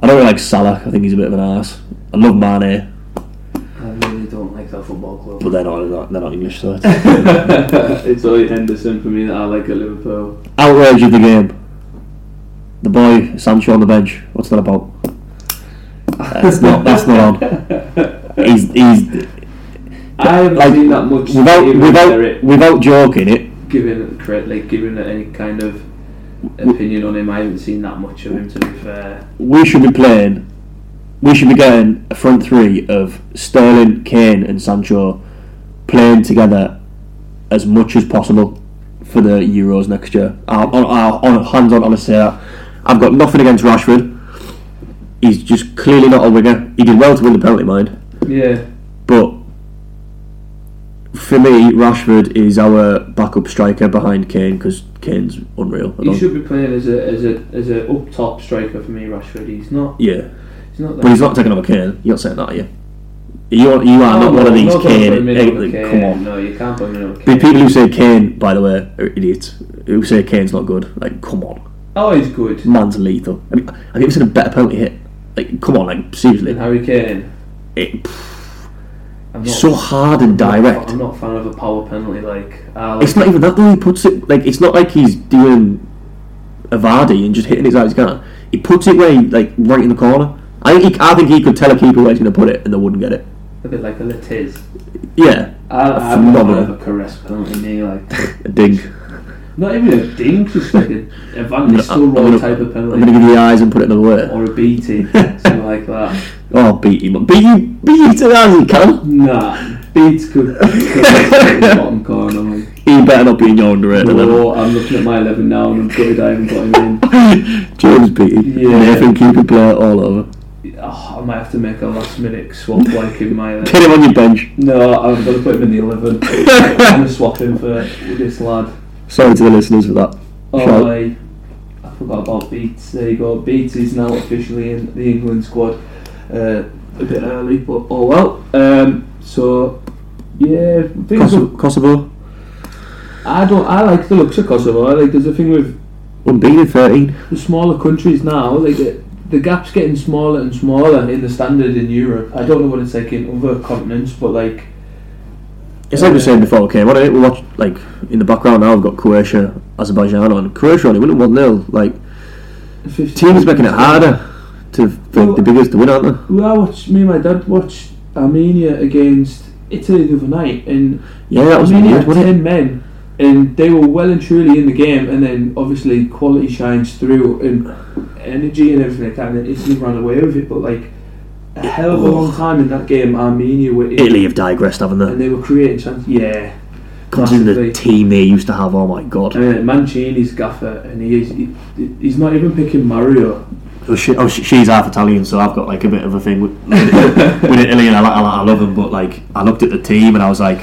I don't really like Salah. I think he's a bit of an arse. I love Mane, I really don't like that football club. but they're not, they're not, they're not English, so it's it's only Henderson for me that I like at Liverpool. Outrage of the game. The boy Sancho on the bench. What's that about? That's not. That's not on. He's he's I haven't Like, seen that much without even without merit without joking it. giving it credit, like giving it any kind of opinion on him. I haven't seen that much of him to be fair. We should be playing. We should be getting a front three of Sterling, Kane, and Sancho playing together as much as possible for the Euros next year. I'll, I'll, I'll, on hands on, honestly, that. I've got nothing against Rashford. He's just clearly not a winger. He did well to win the penalty, mind. Yeah, But for me, Rashford is our backup striker behind Kane because Kane's unreal. I he don't- should be playing as a as a as a up top striker for me. Rashford, he's not. Yeah, He's not. but he's not taking over Kane. You're not saying that, are you? You are, you are not one of these Kane. eh, Come on. No, you can't put him in on The Kane. people who say Kane, by the way, are idiots. Who say Kane's not good? Like, come on, Oh, he's good. man's lethal. I mean, have you ever seen a better penalty hit? Like, come on, like seriously, And Harry Kane. it, pff, I'm not- it's so hard and direct. I'm not a fan of a power penalty. Like, I like It's not even that though. He puts it like it's not like he's doing a Vardy and just hitting it out his gun. He puts it where he, like right in the corner. I think he, I think he could tell a keeper where he's going to put it and they wouldn't get it. a bit like a Latiz. Yeah, I, I'm not a fan Phenomenal. of a caress penalty. Me like, a ding. not even a ding, just like a, a Van I'm gonna- I'm Nistelrooy gonna- type of I'm going to penalty give you the eyes and put it another way. or a beating, something like that. Oh, beat him! Beat you! Beat you to that as he can. Nah, beats could. could be bottom corner. Like, He better not be in your underrated oh, I'm looking at my eleven now, and I'm gutted I haven't got him in. level. James beat him. Yeah. Nathan Cooper player all over. Oh, I might have to make a last minute swap like in my. Get him on your bench. No, I'm gonna put him in the eleven. I'm gonna swap him for this lad. Sorry to the listeners for that. Shall- Oh, I, I forgot about Beats. There you go. Beats is now officially in the England squad. Uh, a bit early, but oh well. Um, so yeah, things Kosovo, Kosovo I don't. I like the looks of Kosovo. I like there's a thing with unbeaten thirteen. the smaller countries now. Like the, the gap's getting smaller and smaller in the standard in Europe. I don't know what it's like in other continents, but like It's like we were Yeah. saying before, okay, what I we watch like in the background now I've got Croatia, Azerbaijan on. Croatia only winning one 0 like 15 teams making it harder to for the biggest to win, aren't Well, I watched me and my dad watched Armenia against Italy the other night, and they? Yeah, that was Armenia weird, had wasn't it? ten men, and they were well and truly in the game. And then obviously quality shines through, and energy and everything like that. And then Italy ran away with it, but like a hell of a long time in that game, Armenia were in, Italy have digressed, haven't and they? they were creating chances. Yeah, Considering the massively. team they used to have, oh my god. Uh, Mancini's gaffer, and he is he, he's not even picking Mario. Oh, she, oh, she- she's half Italian, so I've got like a bit of a thing with, with Italy, and I, li- I, li- I love them. But like, I looked at the team and I was like,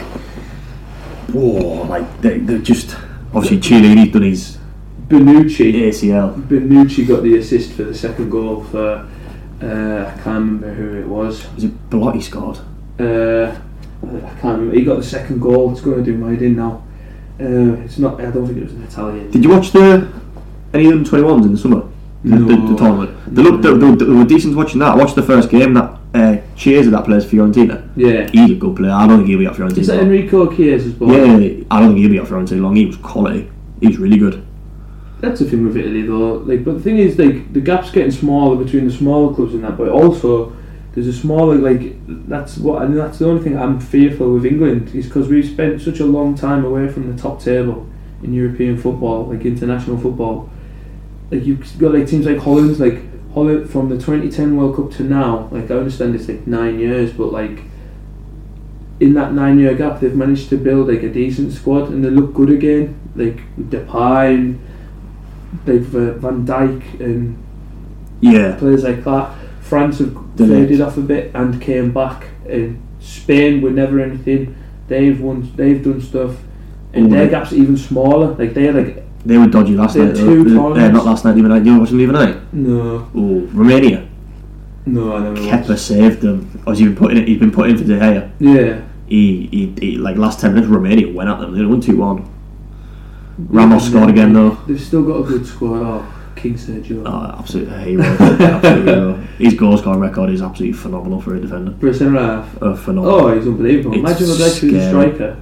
whoa, like they, they're just obviously Chiellini's done his Benucci. ACL. Benucci got the assist for the second goal for uh, I can't remember who it was. Was it Belotti scored? Uh, I can't remember. He got the second goal. It's going to do my head in now. Uh, it's not. I don't think it was an Italian. Did you watch the any of them twenty ones in the summer? The, the, the No. tournament. They looked. They, they, they were decent watching that. I watched the first game. That uh, Chiesa that plays Fiorentina. yeah. He's a good player. I don't think he'll be at Fiorentina. Is that long. Enrico Chiesa's ball? Yeah, I don't think he'll be at Fiorentina long. He was quality. He was really good. That's the thing with Italy though. Like, but the thing is, like, the gap's getting smaller between the smaller clubs and that. But also, there's a smaller like. That's what, and that's the only thing I'm fearful with England is because we've spent such a long time away from the top table in European football, like international football. Like you've got like teams like Holland, like Holland from the 2010 World Cup to now. Like I understand it's like nine years, but like. In that nine-year gap, they've managed to build like a decent squad, and they look good again. Like Depay and they've uh, Van Dijk and Yeah, players like that. France have Did it. faded off a bit and came back. And Spain were never anything. They've won. They've done stuff, and Oh, their they- gap's even smaller. Like they're like they were dodgy last They had night. two though. Uh, corners. not last night. The other night. You were watching the other night. no, Oh, Romania. no, I never. Kepa saved them. As he's been putting it, he's been putting for De Gea. Yeah, He, he, he like last ten minutes, Romania went at them. They won two one. Ramos scored again though. They've still got a good squad. Oh, King Sergio. Oh, absolute hero. absolute hero. His goal scoring record is absolutely phenomenal for a defender. For a centre half. Uh, phenomenal. Oh, he's unbelievable. It's Imagine what that's with a scary. striker.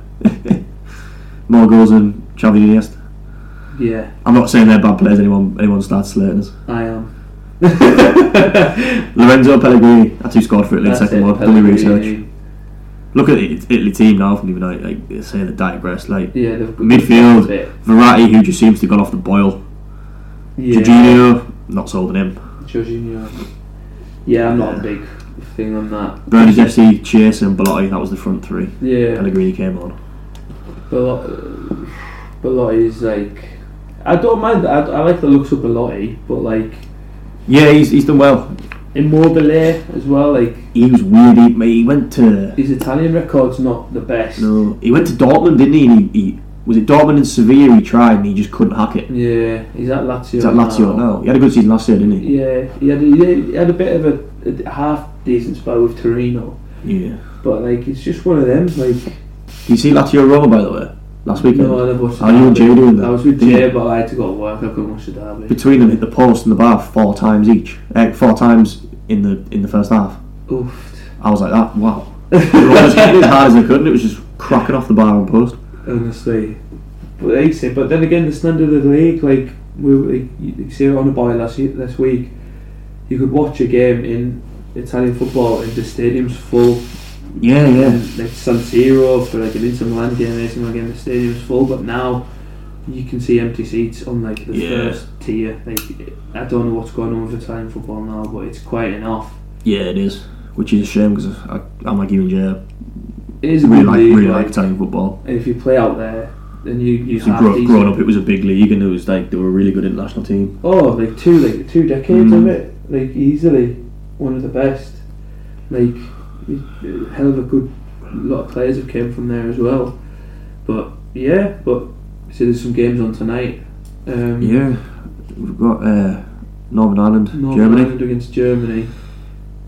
More goals than Xavi and Iniesta. Yeah, I'm not saying they're bad players. Anyone anyone starts slating us. I am. Lorenzo Pellegrini. That's who scored for Italy in That's second it, one. Only research. Pellegrini. Look at the Italy team now from even like, like they're saying they digress. Like Yeah, they've got Midfield. a bit. Verratti, who just seems to have gone off the boil. Yeah. Jorginho, not sold on him. Jorginho. Yeah, I'm not a big thing on that. Bernard FC, Chase and Bellotti. That was the front three. Yeah, Pellegrini came on. Belot- Belotti's like. I don't mind. I, I like the looks of Belotti, but like Yeah, he's, he's done well. Immobile as well. Like He was weird. He, mate, he went to his Italian record's not the best. no, he went to Dortmund, didn't he? And he, he was it Dortmund and Sevilla. He tried and he just couldn't hack it. Yeah, he's at Lazio. He's at Lazio now. now. He had a good season last year, didn't he? Yeah, he had, a, he had a bit of a, a half decent spell with Torino, Yeah. but like it's just one of them. Like Did you see Lazio Roma by the way last weekend? no, I never watched. the Are you and derby. Jay doing that? I was with Didn't Jay, you? but I had to go to work. I couldn't watch the derby. Between them, hit the post and the bar four times each. Eh, four times in the in the first half. Oof. I was like that. Wow. They were just hitting it as hard as they could, and it was just cracking off the bar and post. honestly. But like I say, but then again, the standard of the league, like we like, you say on the boy last ye- this week, you could watch a game in Italian football and the stadium's full. Yeah, yeah. And, like San Siro for like an Inter Milan game, AC Milan game, the stadium's full. But now you can see empty seats on like the Yeah. first tier. Like I don't know what's going on with Italian football now, but it's quite enough. Yeah, it is. Which is a shame because I'm like you and Jay. It is a Really good like, league. really like, like Italian football. if you play out there, then you you So have grow, these- growing up, it was a big league, and it was like they were a really good international team. Oh, like two like two decades Mm. of it, like easily one of the best. Like it- hell of a good lot of players have came from there as well. But yeah, but see, there's some games on tonight. Um, Yeah, we've got uh, Northern Ireland, Northern Germany. Ireland against Germany.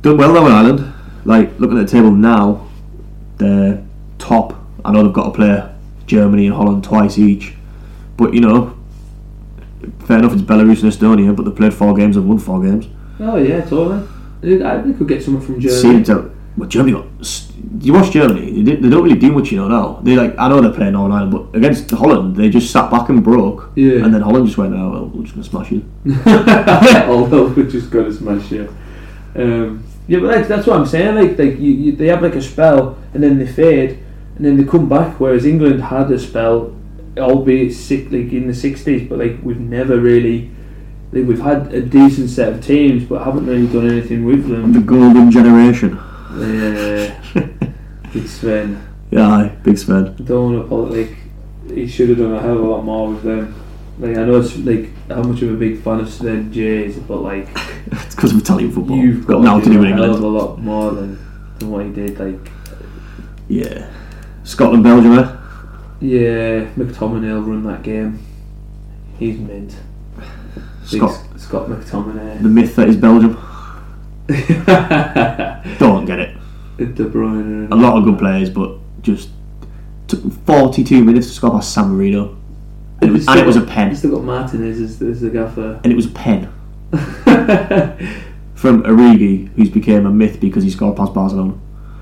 Done well though in Ireland. Like looking at the table now, they're top. I know they've got to play Germany and Holland twice each, but you know, fair enough. It's Belarus and Estonia, but they played four games and won four games. Oh yeah, totally. They- I think we could get someone from Seems Germany. to. Well, Germany got. s- You watch Germany. They, did, they don't really do much, you know. Now they like. I know they're playing Northern Ireland, but against Holland, they just sat back and broke. Yeah. And then Holland just went, "Oh well, we're just gonna smash you." Although we just got as much yeah. Um, yeah, but like, that's what I'm saying. Like, like you, you, they have like a spell, and then they fade, and then they come back. Whereas England had a spell, albeit sick, like in the '60s, but like we've never really, like we've had a decent set of teams, but haven't really done anything with The them. golden generation. Yeah, it's Sven. Yeah, aye, big Sven. Don't want to put like he should have done a hell of a lot more with them. Like I know it's like how much of a big fan of Sven Jay is, but like. It's because of Italian football. You've got, now to do, with a hell of England. a lot more than, than what he did. Like, Yeah. Scotland, Belgium, eh? yeah, McTominay will run that game. He's mint. Big Scott, S- Scott McTominay. the myth that is Belgium. De Don't get it. Bruyne. A lot of good players, but just took 42 minutes to score by San Marino. And it was, and it was a pen. He's still got Martinez as, as the gaffer. And it was a pen from Origi, who's became a myth because he scored past Barcelona.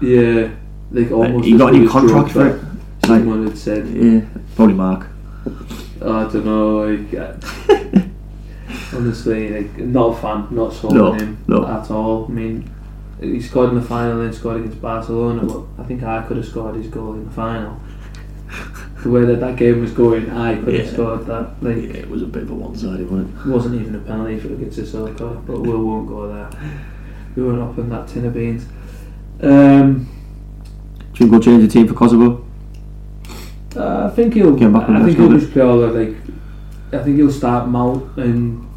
yeah, like almost. he as got a good new as Drogba, contract for it. Like, Someone had said, yeah, probably Mark. oh, I don't know. Like, I- honestly, like not a fan, not sold No, on him no. at all. I mean, he scored in the final, then scored against Barcelona. But I think I could have scored his goal in the final. The way that that game was going, I could have Yeah. scored that. Like, it was a bit of a one-sided, wasn't it? It wasn't even a penalty if it gets a silica, but we won't go there. We won't open that tin of beans. Um, Should we go change the team for Kosovo? Uh, I think he'll. Came back on I the think he'll score. just play all the, like. I think he'll start Mount and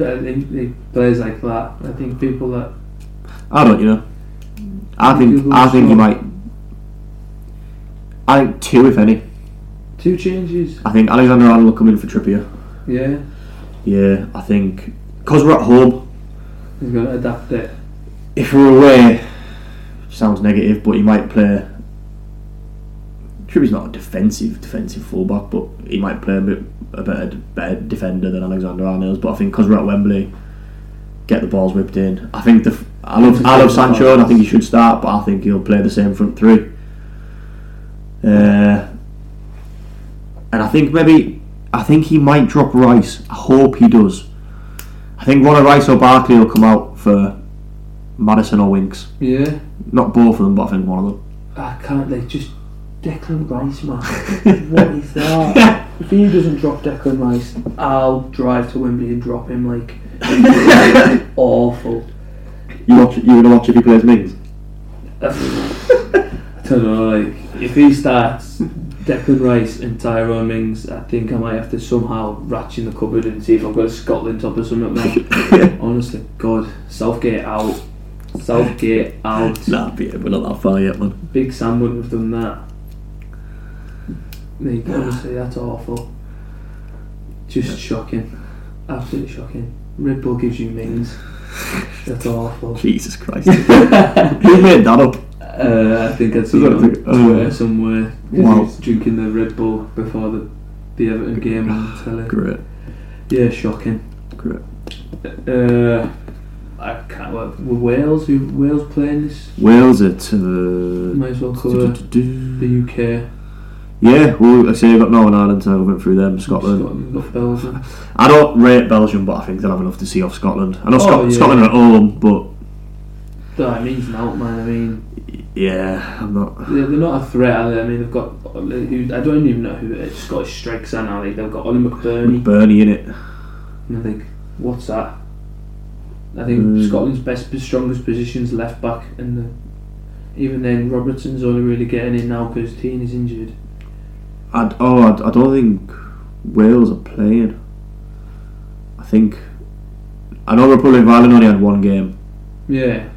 uh, I think he plays like that. I think people that I don't, you know. I Think think he'll I think he score. might. I think two, if any. two changes. I think Alexander Arnold will come in for Trippier. Yeah, Yeah, I think because we're at home. he's going to adapt it. If we're away, sounds negative, but he might play. Trippier's not a defensive defensive fullback, but he might play a bit a better better defender than Alexander Arnold. But I think because we're at Wembley, get the balls whipped in. I think the f- I love I love Sancho, and I think he should start, but I think he'll play the same front three. Uh, and I think maybe I think he might drop Rice. I hope he does. I think one of Rice or Barkley will come out for Madison or Winks. Yeah, Not both of them, but I think one of them. I can't. Like just Declan Rice, man. what is that? If he doesn't drop Declan Rice, I'll drive to Wembley and drop him. Like awful. You watch. You gonna watch if he plays Mings? I don't know, like, if he starts Declan Rice and Tyrone Mings, I think I might have to somehow ratchet in the cupboard and see if I've got a Scotland top or something, man. Honestly, God. Southgate out. Southgate out. Nah, but yeah, we're not that far yet, man. Big Sam wouldn't have done that. Like, honestly, that's awful. Just shocking. Absolutely shocking. Red Bull gives you Mings. That's awful. Jesus Christ. Who made that up? Uh, I think I'd seen it that on the- oh, Twitter yeah. somewhere. Wow. He was drinking the Red Bull before the, the Everton game on telly. Great, Yeah, shocking. great. Uh, I can't. Well, were Wales, who Wales playing this? Wales at. Uh, Might as well cover the UK. yeah, well, I say I got Northern Ireland, so I went through them. Scotland. Scotland, we've got Belgium. I don't rate Belgium, but I think they'll have enough to see off Scotland. I know Oh, Scot- yeah. Scotland are at home, but That means an out, man. I mean, yeah, I'm not. they're, they're not a threat, are they? I mean, they've got. uh, Who, I don't even know who uh, Scottish strikers are now. Like, they've got Ollie McBurney. Bernie in it. And I think, what's that? I think Mm. Scotland's best, strongest position's left back, and the, even then, Robertson's only really getting in now because Teen is injured. I'd, oh, I'd, I don't think Wales are playing. I think I know Republic of Ireland only had one game Yeah,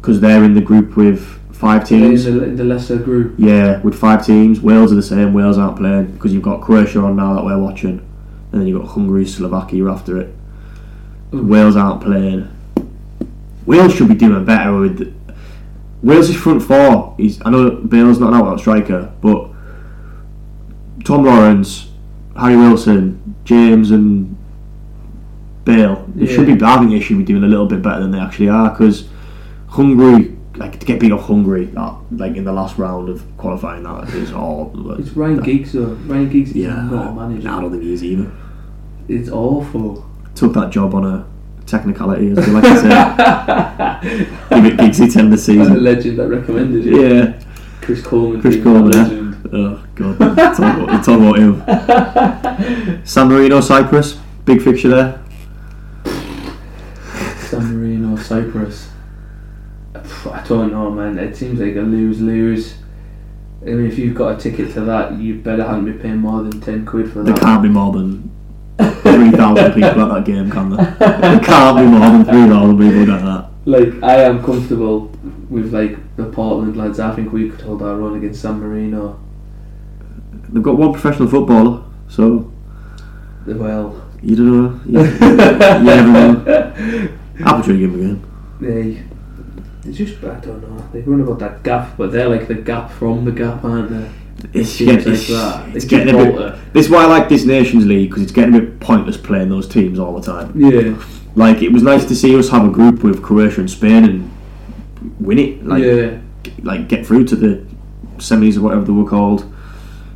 because they're in the group with five in teams. the, in the lesser group. Yeah, with five teams. Wales are the same. Wales aren't playing because you've got Croatia on now that we're watching, and then you've got Hungary, Slovakia after it. Mm. Wales aren't playing. Wales should be doing better with. The, Wales' front four is. I know Bale's not an out-out striker, but Tom Lawrence, Harry Wilson, James, and Bale. They should be. I think they should be doing a little bit better than they actually are because Hungary, like to get beat off Hungary, that, like in the last round of qualifying, that is all. It's Ryan Giggs, though. Ryan Giggs is yeah, not a no, I manager. don't think he is either. It's awful. Took that job on a technicality, as they like to say. Give it Giggsy ten the And the season. legend that recommended it, Yeah. Chris Coleman. Chris being Coleman, that yeah. legend. Oh god, talk about, talk about him. San Marino, Cyprus, big fixture there. San Marino, Cyprus. Pff, I don't know, man. It seems like a lose lose. I mean, if you've got a ticket to that, you better have not be paying more than ten quid for There that. can't be more than three thousand people at that game, can there? There can't be more than three thousand people at that. Like, I am comfortable with like the Portland lads. I think we could hold our own against San Marino. They've got one professional footballer, so Well, you don't know. You, you never know. I'll be drinking again. they They just, I don't know. They run about that gap, but they're like the gap from the gap, aren't they? It's, Teams getting- like it's- that. They it's keep getting a bit. Bolter. This is why I like this Nations League because it's getting a bit pointless playing those teams all the time. Yeah, Like it was nice to see us have a group with Croatia and Spain and win it. Like yeah, like get through to the semis or whatever they were called.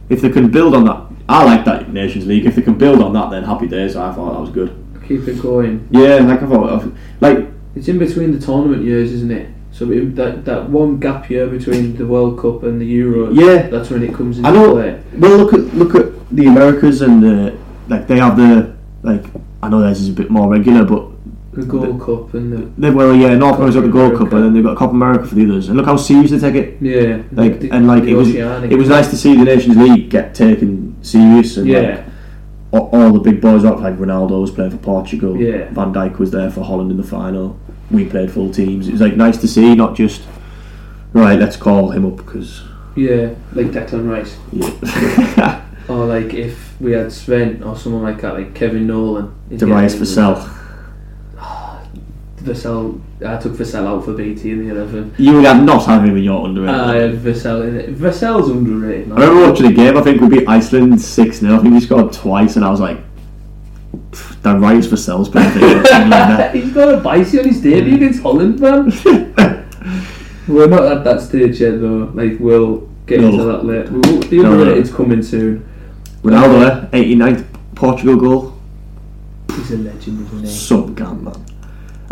If they can build on that, I like that Nations League. If they can build on that, then happy days. I thought that was good. keep it going. Yeah, like I thought, like It's in between the tournament years, isn't it? So it- that that one gap year between the World Cup and the Euro, Yeah. that's when it comes into I know. play. Well, look at look at the Americas and the like. They have the like. I know theirs is a bit more regular, but The Gold Cup and the they well, yeah, North America's got the Gold Cup, America. and then they've got Copa America for the others. And look how serious they take it. yeah, Like the- and like the it was Oceanic. it was nice to see the Nations League get taken serious and like, yeah, all, all the big boys up. Like Ronaldo was playing for Portugal. Yeah. Van Dijk was there for Holland in the final. We played full teams. It was like nice to see, not just right. Let's call him up because yeah, like Declan Rice, yeah, or like if we had Sven or someone like that, like Kevin Nolan. he's the getting rise for injured. self. Vassell, I took Vassell out for BT in the eleven. You would have not have him in your under. I had Vassell in it. Vassell's underrated. Man. I remember watching a game. I think we beat Iceland six 0 I think we scored twice, and I was like, "Pff, "That rise for sells perfect." He's got a bicy on his debut against Holland, man. We're not at that stage yet, though. Like we'll get No. into that later. We will, the No, no, no. underrated's coming soon. Ronaldo, 89th Portugal goal, He's a legend, isn't he? sub gun man.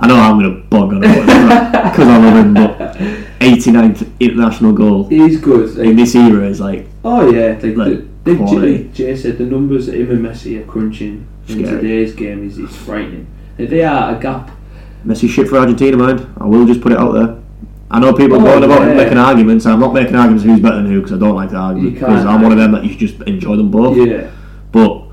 I know I'm gonna bog on it because I love him, but 89th international goal He's good. in Like, this era is like oh yeah, like, Like, the, the, J- quality. like Jay said, the numbers that him and Messi are crunching in Scary. today's game is it's frightening. Like, they are a gap. Messi shit for Argentina, mind. I will just put it out there. I know people Oh, are going about yeah. and making arguments, and I'm not making arguments who's better than who because I don't like to You argue. can't Because I'm one of them that you should just enjoy them both. Yeah, but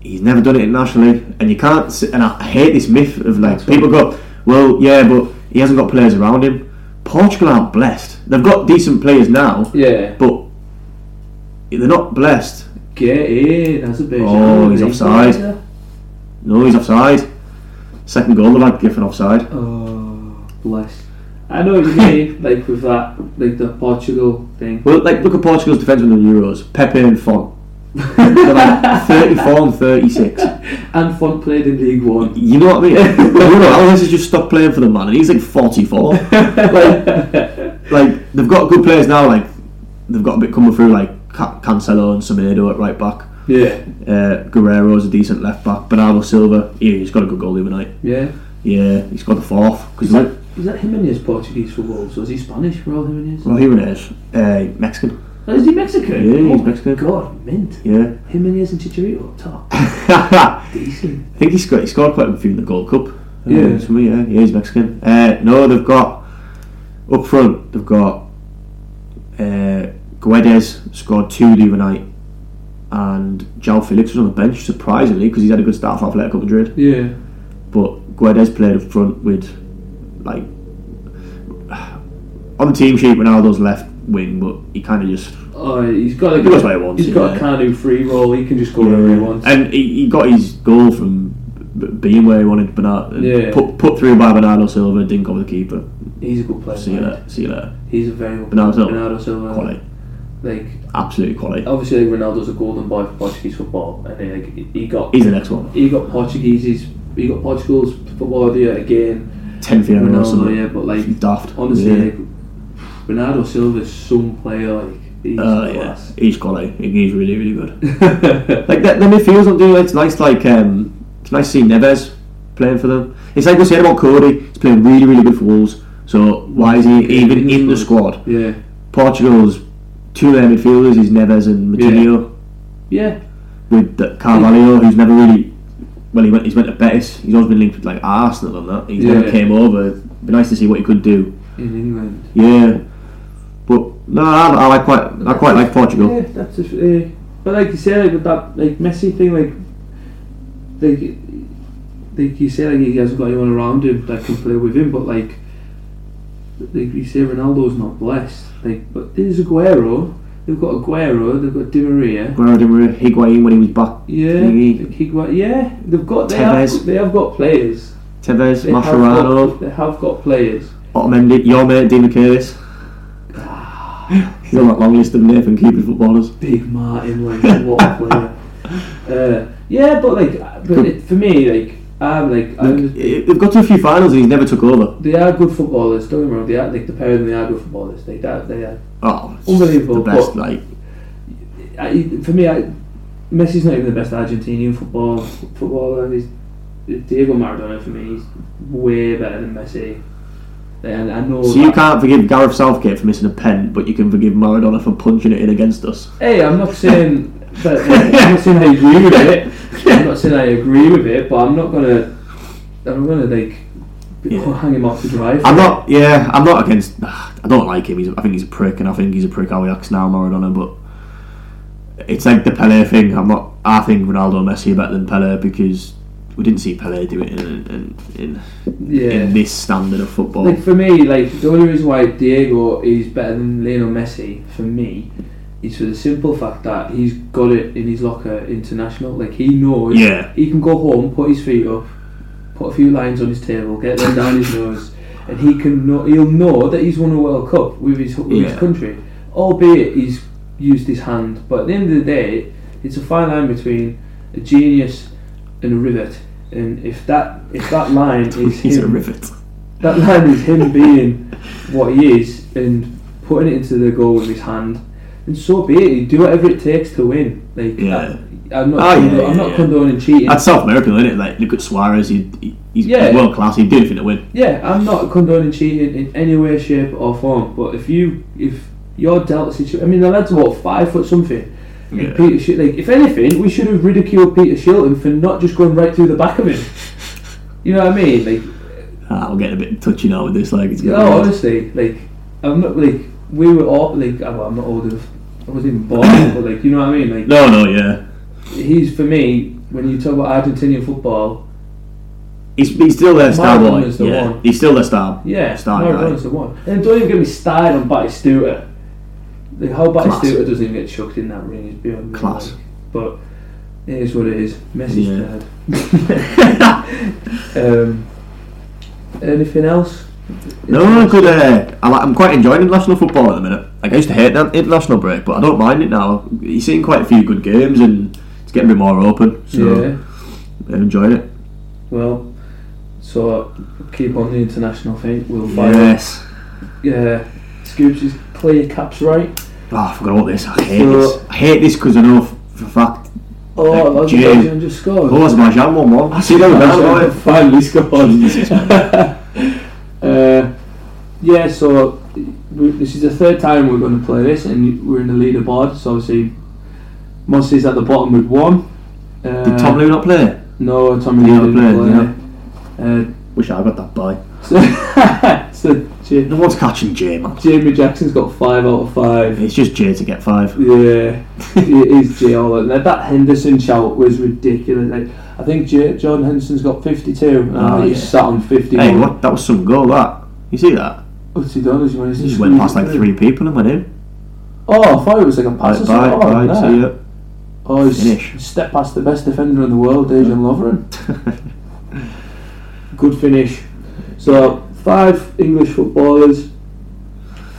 he's never done it internationally, and you can't. Sit, and I hate this myth of like people go, well, yeah, but he hasn't got players around him. Portugal aren't blessed. They've got decent players now, yeah. but they're not blessed. Get in, Azerbaijan. Oh, he's They- offside. No, he's offside. Second goal, they've had Griffin offside. Oh, bless. I know what you mean, like with that, like the Portugal thing. Well, like look at Portugal's defence in the Euros. Pepe and Font. They're like 34 and 36. And Font played in League One. You know what I mean? Like, Bruno Alves has just stopped playing for the man, and he's like 44. like, like, they've got good players now. Like, they've got a bit coming through, like Ca- Cancelo and Semedo at right back. Yeah. Uh, Guerrero's a decent left back. Bernardo Silva, yeah, he's got a good goal the other night. Yeah. Yeah, he scored the fourth. Because like, Is that Jimenez Portuguese for Wolves or is he Spanish for all Jimenez? well, Jimenez, uh, Mexican. Oh, is he Mexican? Yeah, oh he's my Mexican. God, mint. Yeah. Jimenez and Chicharito up top. I Decent. think he scored, he scored quite a few in the Gold Cup. Uh, Yeah. so, yeah, yeah, he's Mexican. Uh, no, they've got up front. They've got uh, Guedes scored two the other night, and Jao Felix was on the bench surprisingly because he's had a good start for Atletico Madrid. Yeah. But Guedes played up front with like on the team sheet Ronaldo's left wing, but he kind of just Oh, he's got a He goes where he wants, He's got a yeah. Canu free roll. He can just go wherever he wants. and he, he got his goal from b- being where he wanted. Bernard Yeah. put put through by Bernardo Silva, didn't cover the keeper. he's a good player. See you man. later. See you later. He's a very good Bernardo Silva. Bernardo Silva. Quality, Like absolute quality. obviously like, Ronaldo's a golden boy for Portuguese football, and he, like, he got He's the next one. he got Portuguese's he got Portugal's football here again. Ten feet or Ronaldo, something. yeah, but like daft. honestly, yeah. like, Bernardo Silva's some player like he's Uh, yeah, class. he's quality. He's really, really good. like the, the midfield's not doing. It's nice. Like um, it's nice to see Neves playing for them. It's like we said about Cody. He's playing really, really good for Wolves. So why is he even in the squad? yeah, Portugal's two main midfielders is Neves and Matinho yeah, with the Carvalho, who's never really. Well, he went. He's went to Betis. He's always been linked with like Arsenal and that. He's Yeah. never came over. It'd be nice to see what he could do. in England. Yeah, but no, I, I like quite. I quite like Portugal. Yeah, that's a, uh, but like you say, like with that like Messi thing, like like like you say, like he hasn't got anyone around him that can play with him. But like like you say, Ronaldo's not blessed. Like, but there's Aguero. They've got Aguero. They've got Di Maria. Guerrero de Maria, Higuain when he was back. Yeah, Thingy. like Higuain- yeah, they've got they Tevez. have, they have got players. Tevez, They have, Mascherano, got, they have got players. Otamendi, your mate, Dean Curtis. He's on that long list of Nathan Cooper footballers. Big Martin, like what a player. Uh, yeah, but like, but it, for me, like, I'm like, I'm, They've got to a few finals and he's never took over. they are good footballers. Don't get me wrong. They are like the pair of them. They are good footballers. Like that, they are. Oh, it's Unbelievable, The best, but- like I, for me, I, Messi's not even the best Argentinian football footballer. He's Diego Maradona for me. He's way better than Messi. And I know. So that- you can't forgive Gareth Southgate for missing a pen, but you can forgive Maradona for punching it in against us. Hey, I'm not saying that, I'm not saying I agree with it. I'm not saying I agree with it, but I'm not gonna. I'm gonna like be- Yeah. hang him off the drive. I'm not. Yeah, I'm not against. I don't like him. He's, I think he's a prick, and I think he's a prick how he acts now, Maradona. But it's like the Pele thing. I'm not. I think Ronaldo and Messi are better than Pele because we didn't see Pele do it in in, in, in Yeah. this standard of football. Like for me, like the only reason why Diego is better than Lionel Messi for me is for the simple fact that he's got it in his locker international. Like he knows. Yeah. He can go home, put his feet up, put a few lines on his table, get them down his nose, and he can know, he'll know that he's won a World Cup with his with Yeah. his country, albeit he's used his hand. But at the end of the day, it's a fine line between a genius and a rivet. And if that if that line is he's a him, rivet. that line is him being what he is and putting it into the goal with his hand. And so be it. You do whatever it takes to win. Like Yeah. I, am not. Oh, yeah, condo- yeah, I'm not yeah. condoning cheating. That's South American, isn't it? Like look at Suarez. He, he- he's Yeah. world class. He did it to win. yeah, I'm not condoning cheating in any way, shape, or form. But if you if you're dealt a situation, I mean, the lad's what five foot something. And Yeah. Peter, Shil- like if anything, we should have ridiculed Peter Shilton for not just going right through the back of him. You know what I mean? Like Ah, I'm getting a bit touchy now with this. Like it's No, honestly, like I'm not like we were all like well, I'm not old enough. I wasn't even born, but like you know what I mean. Like no, no, yeah. he's for me when you talk about Argentinian football, He's, he's still their star boy. Maradona's the Yeah, one. he's still their star. yeah, star Maradona's guy. the one. And don't even get me started on Batistuta. Like how Class. Batistuta doesn't even get chucked in that ring is beyond me, Class. like. But it is what it is. Messi's Yeah. third. um, anything else? No, I could. Uh, I like, I'm quite enjoying international football at the minute. Like I used to hate that international break, but I don't mind it now. You're seeing quite a few good games, and it's getting a bit more open. So Yeah. I'm enjoying it. Well, so keep on the international thing. We'll find Yes. Yeah, uh, Scoops is clear caps right. Oh, I forgot about this. I hate So- this. I hate this because I know f- for a fact. Oh, that's Jim. Belgium just scored. Oh, Azerbaijan one one. See that Belgium was finally scored. uh, yeah, so we, this is the third time we're going to play this, and we're in the leaderboard. So obviously, Mossy's at the bottom with one. Uh, Did Tom Lou not play? No, Tommy Did he Lee not play? didn't play. Wish I got that by. Uh, so, so J- No one's catching Jay, man. Jamie Jackson's got five out of five. It's just Jay to get five. Yeah, it is Jay Ola. Now, that Henderson shout was ridiculous. Like, I think J- John Henderson's got 52, and I Oh, think yeah. he's sat on 51. Hey, what? That was some goal. That you see that? What's he done? Is he managed He to just went squeeze past it like through? three people and went in. Oh, I thought it was like a pass Bye, or bye, something. Oh, bye. no. See ya. Oh, he's Finish. stepped past the best defender in the world, Dejan Lovren. Good finish. So, five English footballers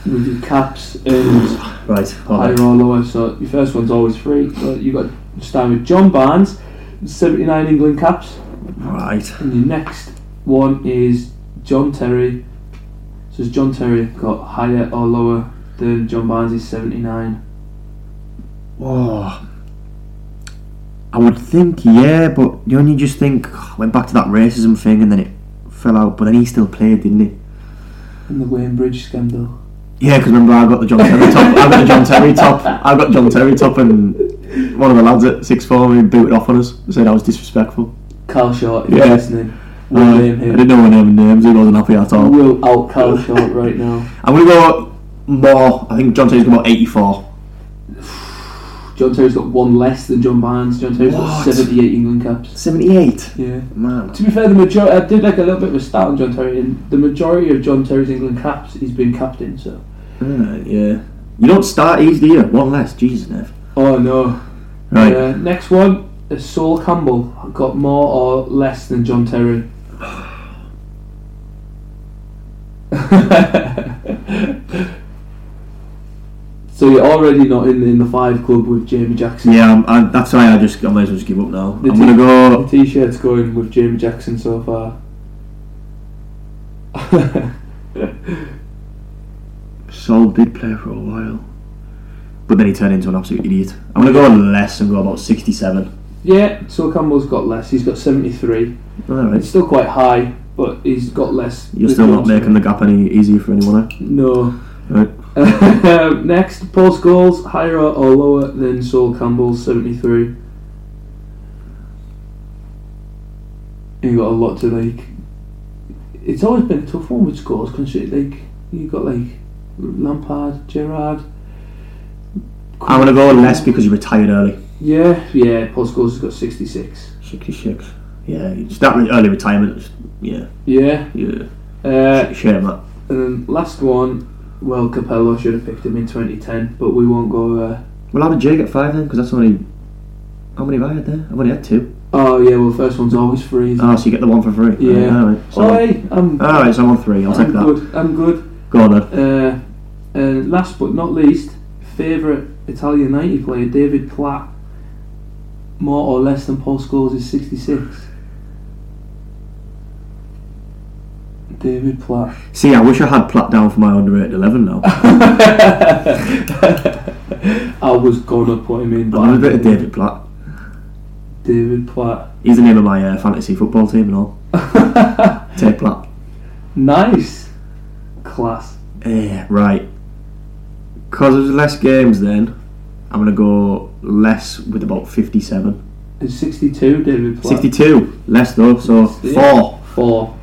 with your caps and Right. higher or lower. So your first one's always free. So you got starting with John Barnes, seventy-nine England caps, Right. and your next one is John Terry. So has John Terry got higher or lower than John Barnes is seventy-nine? Oh. I would think, yeah, but you only just think, went back to that racism thing and then it fell out, but then he still played, didn't he? And the Wayne Bridge scandal. Yeah, because remember I got the John Terry top, I got the John Terry top, I got John Terry top and one of the lads at 6 form who booted off on us said I was disrespectful. Carl Short, if Yeah. you're listening, we'll Uh, name I him. didn't know my name and names, he wasn't happy at all. We'll out Carl Short right now. I'm going to go more, I think John Terry's going to go 84. John Terry's got one less than John Barnes. John Terry's got What? seventy-eight England caps. 78? Yeah. Man. To be fair, the majority I did like a little bit of a stat on John Terry, and the majority of John Terry's England caps he's been captain. So. Right, Uh, yeah. You don't start easy, do you? One less, Jesus, Nev. Oh no. Right. Uh, next one, is Saul Campbell got more or less than John Terry. so you're already not in in the five club with Jamie Jackson. Yeah, I'm, I, that's why I just I might as well just give up now. The I'm gonna The go. t-shirt's going with Jamie Jackson so far. Sol did play for a while, but then he turned into an absolute idiot. I'm gonna go less and go about 67. yeah, so Campbell's got less. He's got 73. All It's right. still quite high, but he's got less. You're still not making the gap any easier for anyone. Eh? No. Right. Um, Next, Paul Scholes, higher or lower than Saul Campbell's 73? You got a lot to like. It's always been a tough one with scores, considering like you got like Lampard, Gerrard. I'm gonna go less because you retired early. Yeah, yeah. Paul Scholes has got 66. 66. Yeah, it's that re- early retirement. it's- Yeah, Yeah. yeah. Uh, Shame that. and then last one. Well, Capello should have picked him in 2010, but we won't go. Uh, Well, how did Jay get five then? Because that's only. How many have I had there? I've only had two. oh yeah, well, first one's always free. isn't it? Oh, so you get the one for free. Yeah. Alright, so, Oh, hey, I'm, alright, so I'm on three. I'll I'm take that. good. I'm good. Go on then. Uh, and last but not least, favourite Italian 90 player, David Platt. More or less than Paul Scholes is 66. David Platt. See, I wish I had Platt down for my underrated 11 now. I was gonna put him in. but I'm a bit I of didn't. David Platt. David Platt. He's the name of my uh, fantasy football team and all. Take Platt. nice. Class. Eh, right. Because there's less games then, I'm going to go less with about 57. It's 62, David Platt. 62. Less though, so Yeah. four. Four.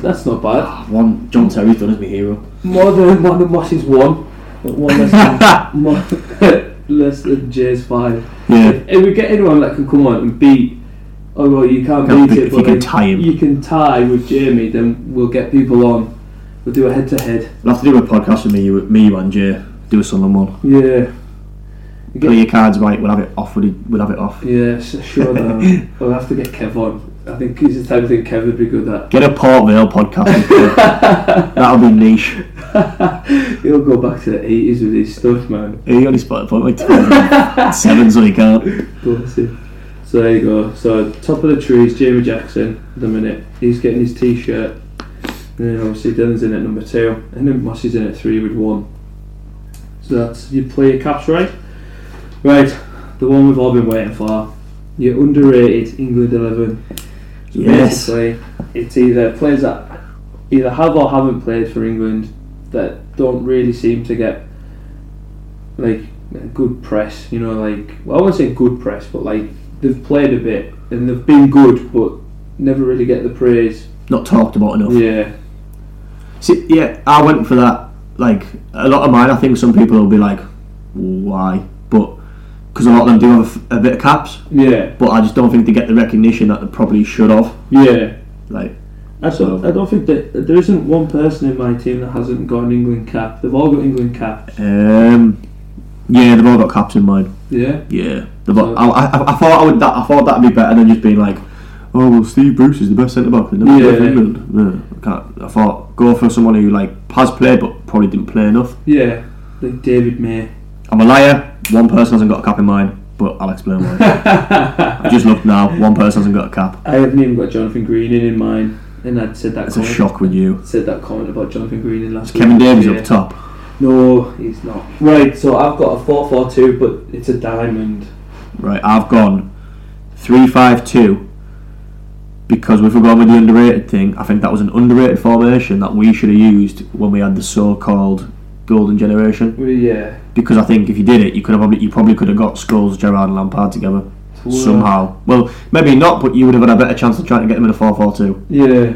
That's not bad. One, John Terry's done as my hero. More than one of Moss's one. but One less than, more, less than Jay's five. Yeah. If, if we get anyone that can come on and beat, oh well, you can't, Can't beat beat- it, if but you can like, tie him. you can tie with Jamie, then we'll get people on. We'll do a head to head. We'll have to do a podcast with me, you, me, you and Jay. Do a Sunderland one. Yeah. Play your cards right. We'll have it off. We'll we'll have it off. Yeah, s- sure. That. we'll have to get Kev on. I think he's the type of thing Kev would be good at. Get a Port Vale podcast. That'll be niche. He'll go back to the 80s with his stuff, man. He only spotted point like 12. seven, so he can't. Bless him. So there you go. So top of the tree is Jamie Jackson. At the minute he's getting his T-shirt. And then obviously Dylan's in at number two, and then Moss is in at three with one. So that's you play your caps right. Right, the one we've all been waiting for. Your underrated England eleven. So Yes. Basically, it's either players that either have or haven't played for England that don't really seem to get like a good press. You know, like well, I wouldn't say good press, but like they've played a bit and they've been good, but never really get the praise. Not talked about enough. Yeah. See, yeah, I went for that. Like a lot of mine, I think some people will be like, "Why?" But because a lot of them do have a, f- a bit of caps, Yeah, but I just don't think they get the recognition that they probably should have. yeah. Like, I don't, I don't think that there isn't one person in my team that hasn't got an England cap. They've all got England caps. um, yeah, they've all got caps in mind. Yeah, Yeah, the bo- I, I, I thought I would. That, I thought that'd be better than just being like, "Oh well, Steve Bruce is the best centre back in the Yeah. yeah. England." No, I can't. I thought go for someone who like has played but probably didn't play enough. yeah. Like David May. I'm a liar. One person hasn't got a cap in mind, but I'll explain why. I I just looked now. One person hasn't got a cap. haven't even got Jonathan Greening in mine, and I'd said that It's a comment, shock with you. said that comment about Jonathan Greening last week. Kevin Davies Yeah. up top. No, he's not. Right, so I've got a four four two, but it's a diamond. Right, I've gone three five two. Because if we're going with the underrated thing, I think that was an underrated formation that we should have used when we had the so-called golden generation. Well, yeah. because I think if you did it, you could have probably you probably could have got Scholes, Gerrard, and Lampard together somehow. Well, maybe not, but you would have had a better chance of trying to get them in a four-four-two. Yeah.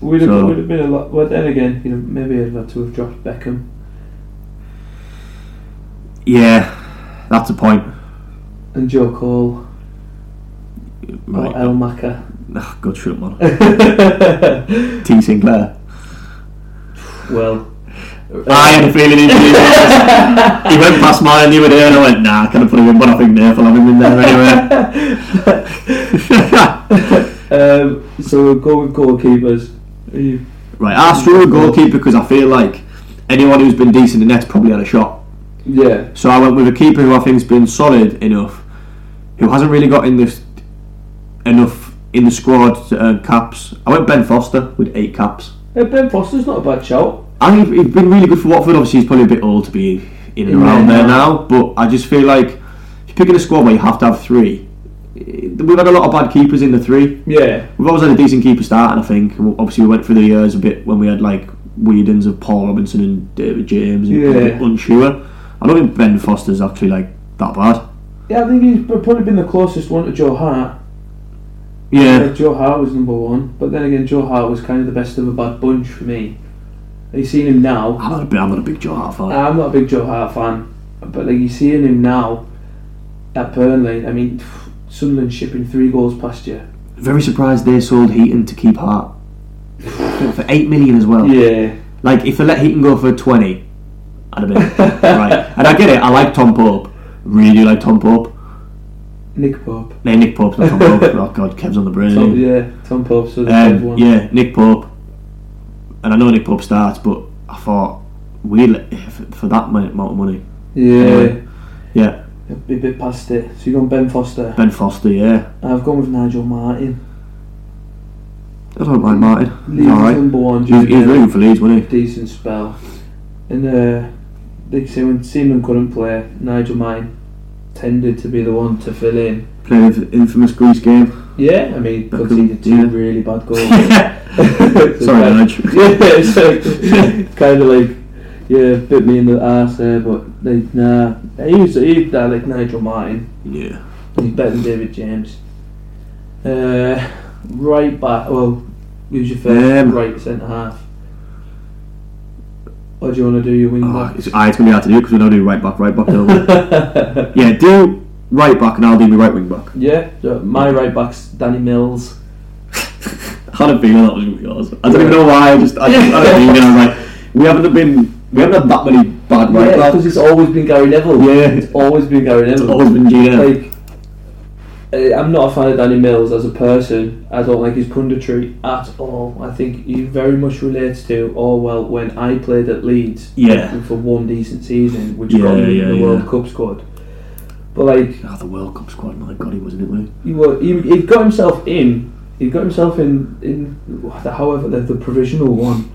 We'd have, So- would have been a lot. Well, then again, you know, maybe I'd have to have dropped Beckham. Yeah, that's a point. And Joe Cole Right, or El Maka. Ugh, good shoot, man. T Sinclair. well, Uh, I had a feeling he'd be there. He went past mine and he were there, and I went, "Nah, I can't put him in." But I think Nath will have him in there Uh, anyway. um, so we'll go with goalkeepers. Who you Right, I struggle with goalkeeper because I feel like anyone who's been decent in net's probably had a shot. Yeah, So I went with a keeper who I think's been solid enough, who hasn't really got in this enough in the squad to earn caps. I went Ben Foster with eight caps. Uh, Ben Foster's not a bad shout. I think he's been really good for Watford. Obviously, he's probably a bit old to be in and Yeah. around there now, but I just feel like if you're picking a squad where you have to have three. eh, We've had a lot of bad keepers in the three. Yeah, We've always had a decent keeper starting, I think. And Obviously, we went through the years a bit when we had like Whedons of Paul Robinson and David James and Yeah. unsure. I don't think Ben Foster's actually like that bad. yeah. I think he's probably been the closest one to Joe Hart. Yeah, Yeah, Joe Hart was number one, but then again, Joe Hart was kind of the best of a bad bunch for me. You seen him now. I'm not a big, I'm not a big Joe Hart fan. I'm not a big Joe Hart fan, but like you seeing him now at Burnley. I mean, Sunderland shipping three goals past you. Very surprised they sold Heaton to keep Hart for eight million as well. Yeah, Like if they let Heaton go for twenty, I'd have been right. And I get it. I like Tom Pope. Really like Tom Pope. Nick Pope. No, Nick Pope's not Tom Pope. Oh God, Kev's on the brain. Tom, yeah, Tom Pope. So the third Um, one. yeah, Nick Pope. And I know Nick Pope starts, but I thought we for that mon- amount of money. yeah, Yeah, a bit past it. So you've gone Ben Foster. Ben Foster. Yeah, I've gone with Nigel Martin. I don't mind Martin. He's Leeds all right. number one. He was, he was really good for Leeds, wasn't he? decent spell. And uh, like you say, when Seaman couldn't play, Nigel Mine tended to be the one to fill in. Played in the infamous Greece game. Yeah, I mean, Beckham, conceded two yeah. really bad goals. Sorry, Nigel. Yeah, it's like, kind of like, yeah, bit me in the arse there, but like, nah. He was, he, I like Nigel Martin. Yeah. He's better than David James. Uh, right back, well, who's your first Um, right centre half? Or do you want to do your wing Oh, back? it's, aye, it's gonna be hard to do because we don't do right back, right back. Don't we? yeah, yeah, do right back, and I'll do my right wing back. uh, my right back's Danny Mills. I had a feeling that was gonna be ours. I don't even know why. I just I, just, I had a feeling. I was like, we haven't been we haven't had that many bad right yeah, backs. because it's always been Gary Neville. Yeah. it's always been Gary Neville. always been Gina. Like, uh, I'm not a fan of Danny Mills as a person. I don't like his punditry at all. I think he very much relates to oh well, when I played at Leeds, Yeah. and for one decent season, which Yeah, got me in yeah, the yeah. World Cup squad. But like, Ah, the World Cup squad. My God, he wasn't it, mate. he, wa- he, he got himself in. He got himself in in the, however the, the provisional one.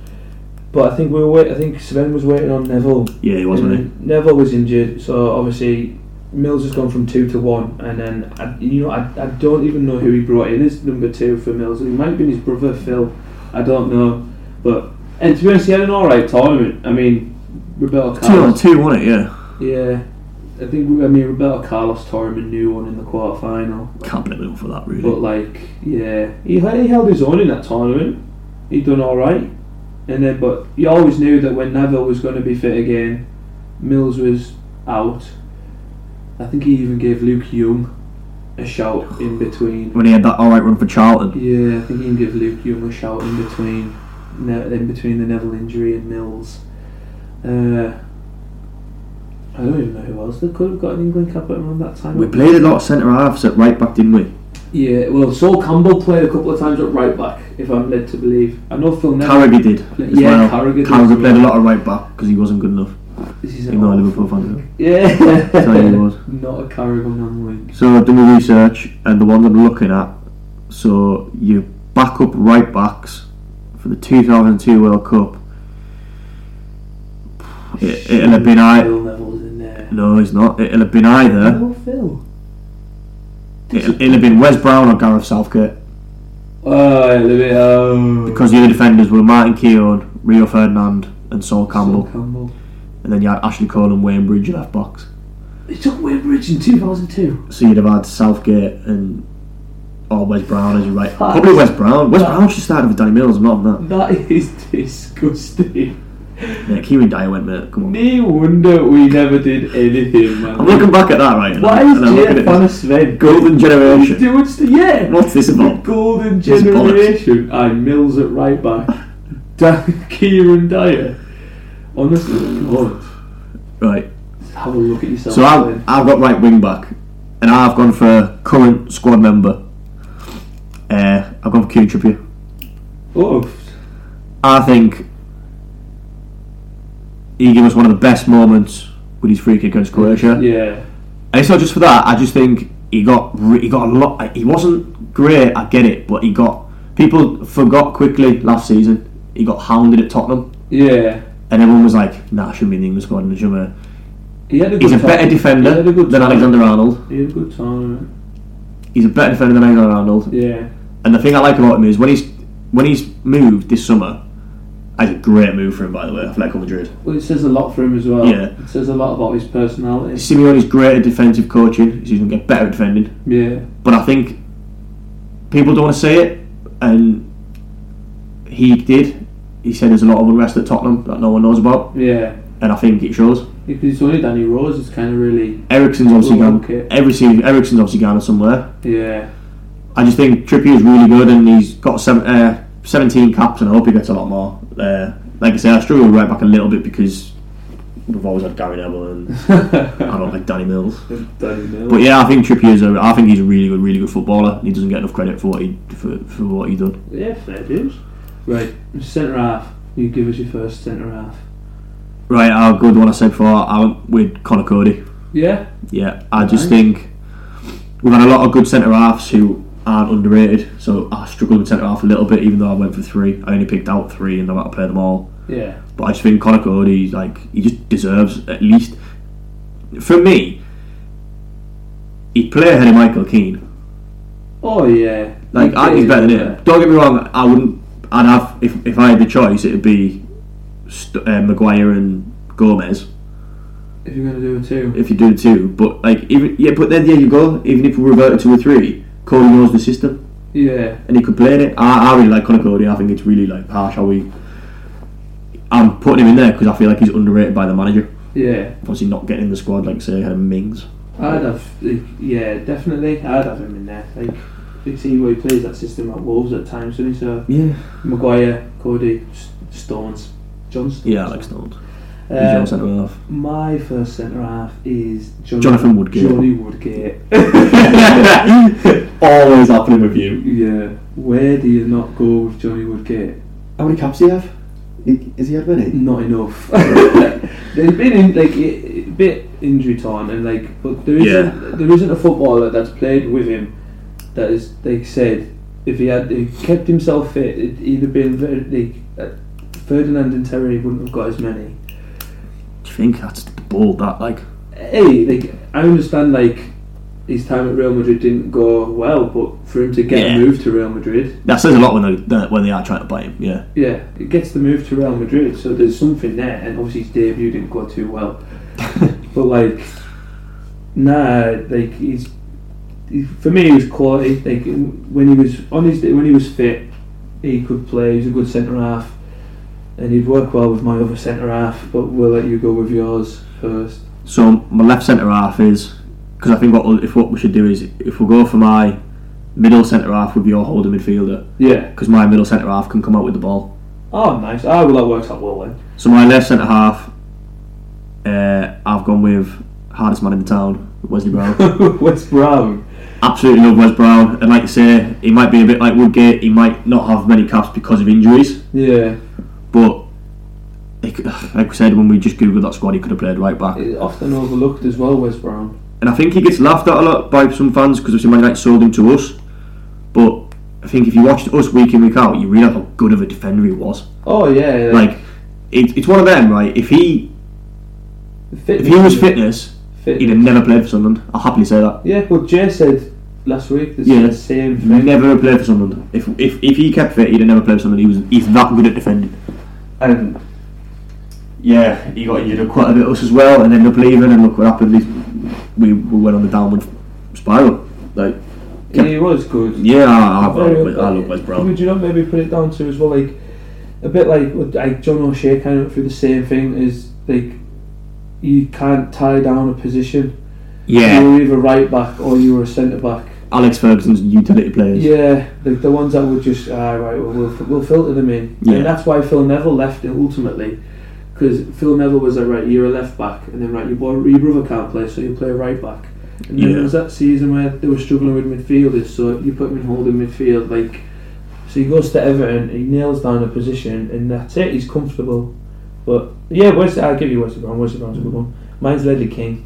But I think we were wait, I think Sven was waiting on Neville. Yeah, he was, wasn't And Neville Mm, was injured, so obviously Mills has gone from two to one, and then I, you know I, I don't even know who he brought in as number two for Mills. It might have been his brother Phil. I don't know, but and to be honest, he had an all right tournament. I mean, Roberto he? Two on Carlos. two, wasn't it? Yeah. Yeah, I think I mean Roberto Carlos tore him a new one in the quarter final. Can't blame him for that, really. But like, yeah, he, he held his own in that tournament. He done all right, and then but you always knew that when Neville was going to be fit again, Mills was out. I think he even gave Luke Young a shout in between. when he had that all right run for Charlton. Yeah, I think he even gave Luke Young a shout in between, ne- in between the Neville injury and Mills. Uh, I don't even know who else they could have got an England cap at around that time. We played a lot of centre halves at right back, didn't we? Yeah, well, Saul Campbell played a couple of times at right back, if I'm led to believe. I know Phil Neville. Carragher did. As Yeah, well. Carragher did as played a well. lot of right back because he wasn't good enough. this is an Even though a awful- Liverpool fan. Yeah, Tell you he was. not a Carragher man link. So I've done my research, and the ones I'm looking at. So your backup right backs for the 2002 World Cup. It, it'll have been either. Phil Neville's in there. No, he's not. It'll have been either. Oh, Phil. It'll, it'll have been Wes Brown or Gareth Southgate Oh, Olivia. Oh. because the other defenders were Martin Keown, Rio Ferdinand, and Sol Campbell. Saul Campbell. And then you had Ashley Cole and Wayne Bridge left box. He took Weybridge in 2002. So you'd have had Southgate and or Wes Brown as your right. Probably Wes Brown. Wes Brown should start with Danny Mills. I'm not on That is disgusting. that. Mm. Yeah, Kieran Dyer went, mate. Come on. No wonder we never did anything, I'm man. looking back at that right. and Why I'm- is and I'm looking Jay at Fan this of Sven? golden generation? Doing st- yeah. What's this The about? golden It's bollocks. generation. I Mills at right back. Dan Kieran Dyer. Honestly, God, Right. have a look at yourself. So I've, then. I've got right wing back, and I've gone for current squad member. Uh, I've gone for Kieran Trippier. oh, I think he gave us one of the best moments with his free kick against Croatia. Yeah. And it's not just for that. I just think he got re- he got a lot. He wasn't great. I get it, but he got people forgot quickly last season. He got hounded at Tottenham, Yeah. and everyone was like, "Nah, shouldn't be in the England squad." And shouldn't he?" He had a good he's a time. better He defender had a good than time. Alexander Arnold. He had a good time. He's a better defender than Alexander Arnold. Yeah. And the thing I like about him is when he's when he's moved this summer. That's a great move for him, by the way, Atletico Madrid. Well, it says a lot for him as well. Yeah. It says a lot about his personality. Simeone's great at defensive coaching. He's going to get better at defending. Yeah. But I think people don't want to say it, and he did. He said there's a lot of unrest at Tottenham that no one knows about, Yeah. and I think it shows. Because it's only Danny Rose is kind of really. Ericsson's obviously Well, gone. okay. Every season, Ericsson's obviously gone somewhere. Yeah. I just think Trippier is really good, and he's got seven, uh, 17 caps, and I hope he gets a lot more. Uh, like I say, I struggle right back a little bit because we've always had Gary Neville, and I don't like Danny Mills. Danny Mills. But yeah, I think Trippier's a. I think he's a really good, really good footballer. and He doesn't get enough credit for what he for, for what he done. Yeah, fair dues. Right, centre half. You give us your first centre half. Right, I'll go with what I said before. I went with Connor Cody. Yeah, Yeah, I just Right. think we've had a lot of good centre halves who aren't underrated. So I struggled with centre half a little bit, even though I went for three. I only picked out three, and I'm about to play them all. yeah, But I just think Connor Cody, like he just deserves at least for me. He'd play ahead of Michael Keane. oh yeah. Like I think he's better than him. Don't get me wrong. I wouldn't. I'd have if, if I had the choice. It'd be St- uh, Maguire and Gomez If you're gonna do a two, if you do two. But like even yeah, but then there you go. Even if we reverted to a three, Cody knows the system yeah, and he could play in it. I, I really like Connor Cody. I think it's really like harsh how we. I'm putting him in there because I feel like he's underrated by the manager. yeah. Obviously, not getting in the squad like say had Mings. I'd have, like, yeah, definitely. I'd have him in there. Like, you see where he plays that system at Wolves at times, doesn't he? So Yeah. Maguire, Cody, S- Stones, Johnston. Yeah, Alex Stones. He's your Uh, centre half. my first centre half is Jonathan, Jonathan Woodgate. Johnny Woodgate. Always happening with you. Yeah, where do you not go with Johnny Woodgate? How many caps do you have? Is he had many? Not enough. There's been in, like a a bit injury torn, and like, but there isn't Yeah. there isn't a footballer that's played with him that is like said if he had he kept himself fit, it, he'd have been very like uh, Ferdinand and Terry wouldn't have got as many. Do you think that's bold? That like, Hey, like I understand like his time at Real Madrid didn't go well, but for him to get Yeah. moved to Real Madrid, that says a lot when they that- when they are trying to buy him. Yeah, yeah, it gets the move to Real Madrid, so there's something there, and obviously his debut didn't go too well. but like, nah, like he's he- for me he was quality. Like when he was on his when he was fit, he could play. He's a good centre half, and he'd work well with my other centre half. But we'll let you go with yours first. So my left centre half is because I think what we'll- if what we should do is if we go for my middle centre half with your holding midfielder Yeah. because my middle centre half can come out with the ball. Oh, nice. Ah, well that works out well then. So my left centre half, uh, I've gone with hardest man in the town, Wesley Brown. West Brown. Absolutely love Wes Brown, and like you say, he might be a bit like Woodgate. He might not have many caps because of injuries. Yeah. But he could- like we said, when we just googled that squad, he could have played right back. Often overlooked as well, West Brown. And I think he gets laughed at a lot by some fans because obviously Man United sold him to us. But I think if you watched us week in week out, you realise how good of a defender he was. Oh yeah. Like it, it's one of them, right? If he if he was fitness, fit. he'd have never played for Sunderland. I'll happily say that. Yeah, well, Jay said last week the Yeah. same He'd thing. never have played for Sunderland. If if if he kept fit, he'd have never played for Sunderland. He was he's that good at defending. And yeah, he got injured quite a bit us as well, and ended up leaving. And look what happened. He's, we we went on the downward spiral. Like Yeah, he was good. yeah, I, I, Very I good. love Wes Brown. Would you not maybe put it down to as well, like a bit like what- like John O'Shea kind of went through the same thing is like you can't tie down a position. You Yeah, were either right back or you were a centre back. Alex Ferguson's utility players. Yeah, like the ones that would just ah right, well, we'll we'll filter them in, Yeah. and that's why Phil Neville left it ultimately. Because Phil Neville was like, right, you're a left back, and then right, your, boy, your brother can't play, so you play right back. And then Yeah. there was that season where they were struggling with midfielders, so you put him in holding midfield, like So he goes to Everton, he nails down a position, and that's it. He's comfortable. But yeah, West, I'll give you West Brom. West Brom's a good one. Mine's Ledley King,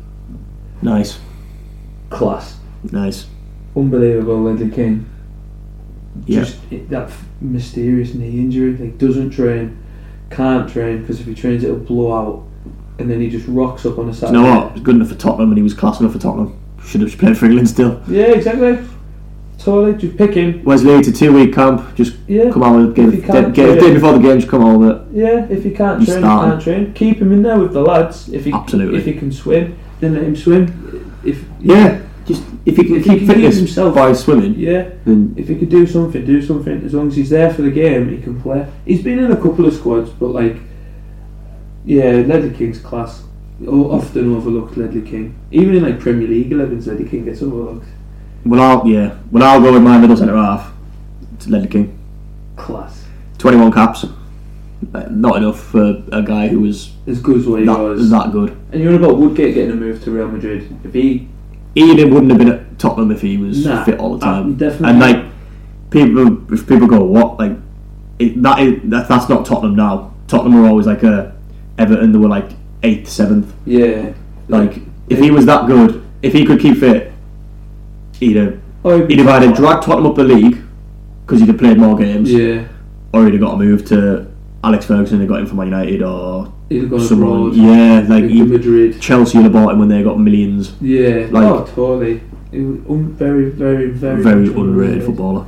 Nice, class, nice. unbelievable. Ledley King. Yeah, just it, that f- mysterious knee injury. Like doesn't train, can't train because if he trains it'll blow out, and then he just rocks up on a you Saturday. know what? He's good enough for Tottenham, and he was class enough for Tottenham. Should have played for England still. Yeah, exactly. Totally, just pick him. Wesley, it's a two-week camp. Just Yeah, come on with the If he game. can't Day, game- play- day before the game, just come on with it. yeah. If he can't He's train, starting. he can't train. Keep him in there with the lads. If he Absolutely. if he can swim, then let him swim. If Yeah, just if he can If he can keep keep fitness himself- by swimming, yeah, then if he could do something, do something. As long as he's there for the game, he can play. He's been in a couple of squads, but like, yeah, Ledley King's class. O- Often overlooked Ledley King. Even in like Premier League 11s, Ledley King gets overlooked. well, I'll yeah, well, I'll go with my middle centre half. It's Ledley King, Class. twenty-one caps. Uh, Not enough for a guy who was As good as what he that, was. that good. And you're about Woodgate getting a move to Real Madrid. If he, Ian wouldn't have been at Tottenham if he was Nah, fit all the uh, time. definitely. And like people, if people go what like it, that is that, that's not Tottenham now. Tottenham were always like a Everton. They were like eighth, seventh. yeah. Like if he was that good, if he could keep fit, he'd have, Oh, he'd have either dragged Tottenham up the league because he'd have played more games, Yeah. or he'd have got a move to Alex Ferguson and got him from Man United or He'd have gone someone. abroad. Yeah, He'd like gone to he, Madrid. Chelsea would have bought him when they got millions. Yeah. Like- oh, totally. He was un- very, very, very, Very much underrated footballer.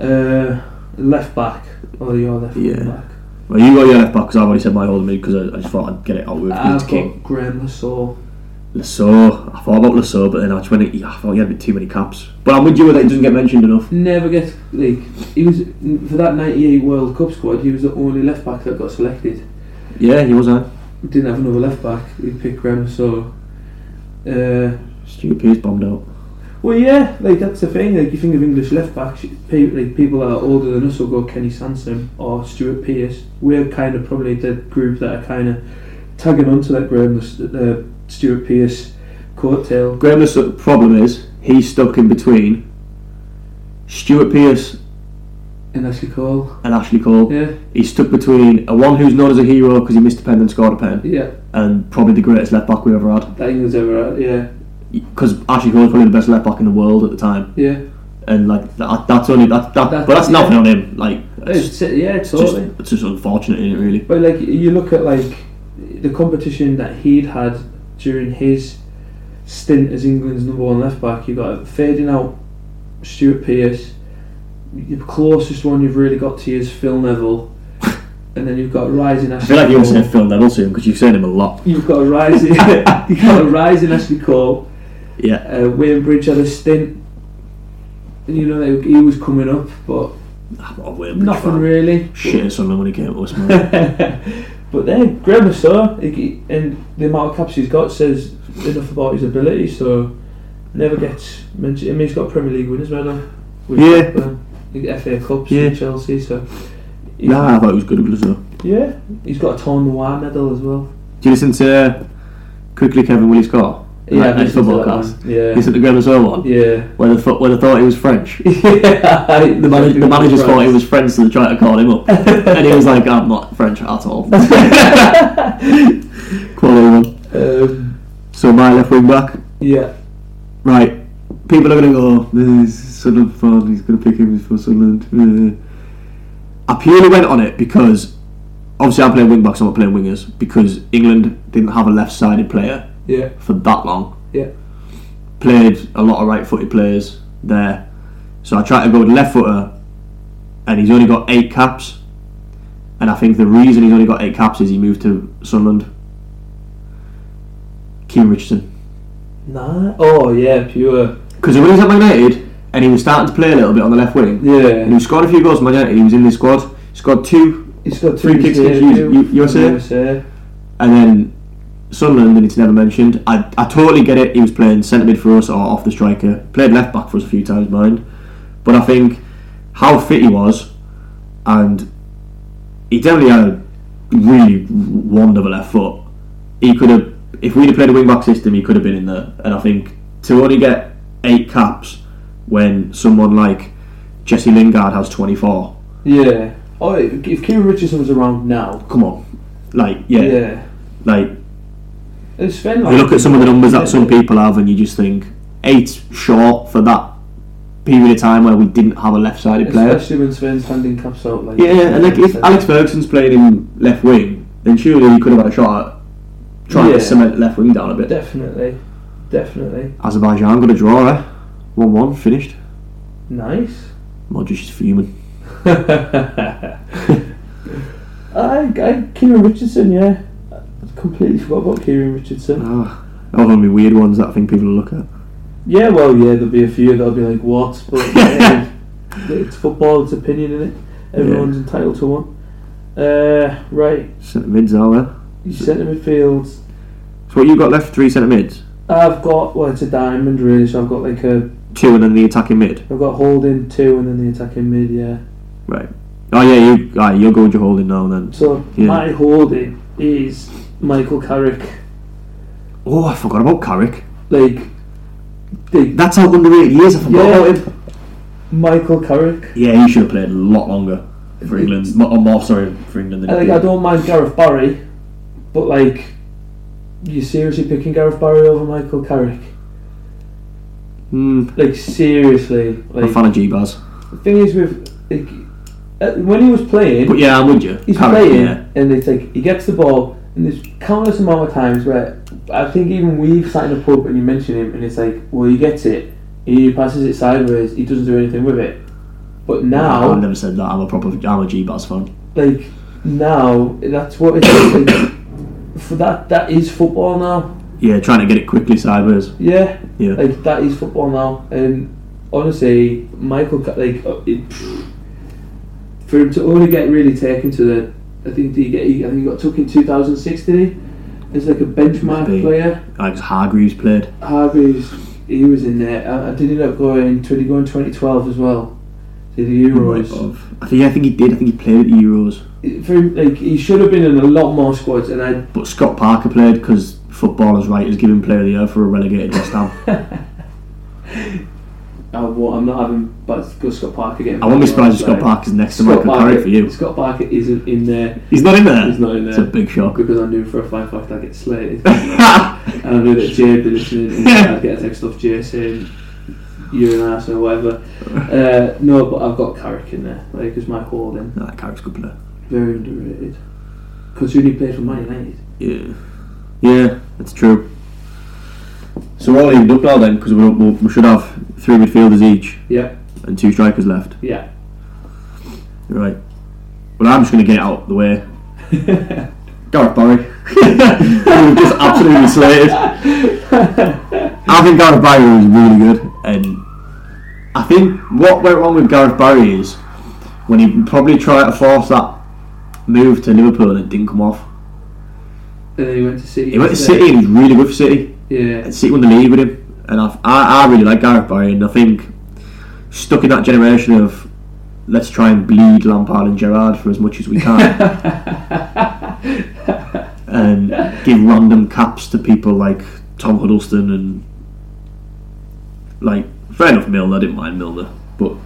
Uh, left back. Oh, your left Yeah. back. Well, you got your left back because I've already said my holding mid because I, I just thought I'd get it out with. I've It's king. got Graham Lasso. Lasso, I thought about Lasso, but then I just went. I thought he had a bit too many caps. But I'm with you that it doesn't get mentioned enough. Never gets like he was for that '98 World Cup squad. He was the only left back that got selected. Yeah, he was a Didn't have another left back. He picked Graham Lasso. Uh, Stuart Pearce bombed out. well, yeah, like that's the thing. Like you think of English left backs, people like people that are older than us will go Kenny Sansom or Stuart Pearce. We're kind of probably the group that are kind of tagging onto that Graham Las- uh, Stuart Pearce coattail. Graham Lasso. Problem is, he's stuck in between Stuart Pearce And Ashley Cole. and Ashley Cole. Yeah, He's stuck between a one who's known as a hero because he missed a pen and scored a pen, yeah. and probably the greatest left back we ever had. That England's ever had. Yeah, Because Ashley Cole was probably the best left back in the world at the time, yeah. and like that, that's only that, that, That- but that's yeah. nothing on him. Like. It's, yeah, It's totally. just, it's just unfortunate, isn't it, really? But like you look at like the competition that he'd had during his stint as England's number one left back. You got fading out Stuart Pearce. The closest one you've really got to is Phil Neville, and then you've got a rising I Ashley. feel like you're Cole. saying Phil Neville soon because you've seen him a lot. You've got a rising. you've got a rising Ashley Cole. Yeah, Uh, Wayne Bridge had a stint. You know like, he was coming up, but I'm not a Wales Bridge nothing fan. really. Shit at Sunderland when he came to us, man. but then Graham so and the amount of caps he's got says enough about his ability. So never gets mentioned. I mean, he's got a Premier League winners medal. With Yeah. Blackburn, um, the FA Cups Yeah. with Chelsea. So he's, nah, I thought he was good at Brazil. yeah, he's got a Tom Noir medal as well. Do you listen to uh, quickly Kevin Willie Scott? Yeah, Night listen to football that one. cast. Yeah. Listen to Graham Soul one yeah. where they thought where they thought he was French. The, manag- the managers thought he was French, so they tried to call him up, and he was like, "I'm not French at all." Quality one. Um, So my left wing back, yeah. right, people are going to go, this is Sunderland fan, he's going to pick him for Sunderland. I purely went on it because obviously I'm playing wing backs, I'm not playing wingers, because England didn't have a left sided player Yeah. for that long. Yeah. Played a lot of right footed players there. So I tried to go with left footer, and he's only got eight caps. And I think the reason he's only got eight caps is he moved to Sunderland. Keane Richardson. Nah. Oh yeah. Pure. Because when he was at Man United and he was starting to play a little bit on the left wing, and Yeah. he scored a few goals for Man United, he was in the squad, scored two, He's got Free two kicks mistakes, against you- two- you- USA? USA. and then Sunderland, and it's never mentioned. I, I totally get it, he was playing centre mid for us or off the striker, played left back for us a few times, mind. But I think how fit he was, and he definitely had a really wonderful left foot. He could have, if we'd have played a wing back system, he could have been in there. And I think to only get eight caps when someone like Jesse Lingard has 24 Yeah. Oh, if if Kieran Richardson was around now, Come on, like yeah, yeah. like And Sven, like, you look at some of the numbers yeah. that some people have, and you just think eight short for that period of time where we didn't have a left-sided player. especially when Sven's handing caps out. Like Yeah, and like if Alex Ferguson's playing him left wing, then surely he could have had a shot at trying Yeah. to cement left wing down a bit. definitely, definitely Azerbaijan got a draw, eh? One-one, finished. nice. Modric is fuming. I, I, Kieran Richardson, yeah. I completely forgot about Kieran Richardson. Ah, all gonna be weird ones that I think people will look at. Yeah, well, yeah, there'll be a few that'll be like, what? But yeah, it's football, it's opinion in it. Everyone's entitled to one. Uh, right, Centre mids are there. you centre midfield. So what you got left? Three centre mids, I've got, well, it's a diamond really, so I've got like a, two, and then the attacking mid. I've got holding two and then the attacking mid, yeah. Right. Oh yeah, you. Right, you're going to holding now then. So Yeah. my holding is Michael Carrick. Oh, I forgot about Carrick. Like, they, That's how underrated he is. I forgot yeah, about him. if- Michael Carrick. Yeah, he should have played a lot longer for England. Mo- Or more, sorry, for England than I he think did. I don't mind Gareth Barry, but like, you seriously picking Gareth Barry over Michael Carrick? Hmm, Like seriously? I'm a Like fan of G-Baz. the thing is with like, uh, when he was playing, But yeah, I'm with you. he's Carrick, playing, yeah. and it's like he gets the ball, and there's countless amount of times where I think even we've sat in a pub and you mention him, and it's like, well, he gets it, he passes it sideways, he doesn't do anything with it. But now, I've never said that. I'm a proper. I'm a G-Baz fan. like now, that's what it's like. For that, that is football now. Yeah, trying to get it quickly sideways. Yeah, Yeah. like that is football now. And honestly, Michael, Ca- like uh, it, for him to only get really taken to the, I think did he get, he, I think he got took in 2006, did he? As like a benchmark Maybe. player, Alex Hargreaves played. Harvey's, he was in there. I, I did end up going. Did he go in 2012 as well? To the Oh Euros. I think. Yeah, I think he did. I think he played at the Euros. It- For him, like he should have been in a lot more squads, and I But Scott Parker played because footballers' right is giving player of the year for a relegated West Ham. I, well, I'm not having but Scott Parker getting. I won't be surprised if Like, Scott Parker's next to Scott Michael Carrick Parker, for you. Scott Parker isn't in there. He's not in there. He's not in there. It's a big shock. because I knew for a fine fact I'd get slated. and I knew that Jay would be listening and I'd get a text off Jay saying, you're an arse or whatever. Uh, no, but I've got Carrick in there, like, as my holding. no, that Carrick's a good player. Very underrated. Considering he played for Man United. Yeah, yeah, that's true. So we're all evened up now then because we, we we should have three midfielders each Yeah, and two strikers left. yeah. Right. Well, I'm just going to get it out of the way. Gareth Barry. we were just absolutely slated. I think Gareth Barry was really good. And I think what went wrong with Gareth Barry is when he probably tried to force that move to Liverpool and it didn't come off. And then he went to City. He went to instead. City and he's really good for City. Yeah, City won the league with him. And I've, I, I really like Gareth Barry. And I think stuck in that generation of let's try and bleed Lampard and Gerrard for as much as we can. and give random caps to people like Tom Huddleston and like fair enough Milner. I didn't mind Milner, but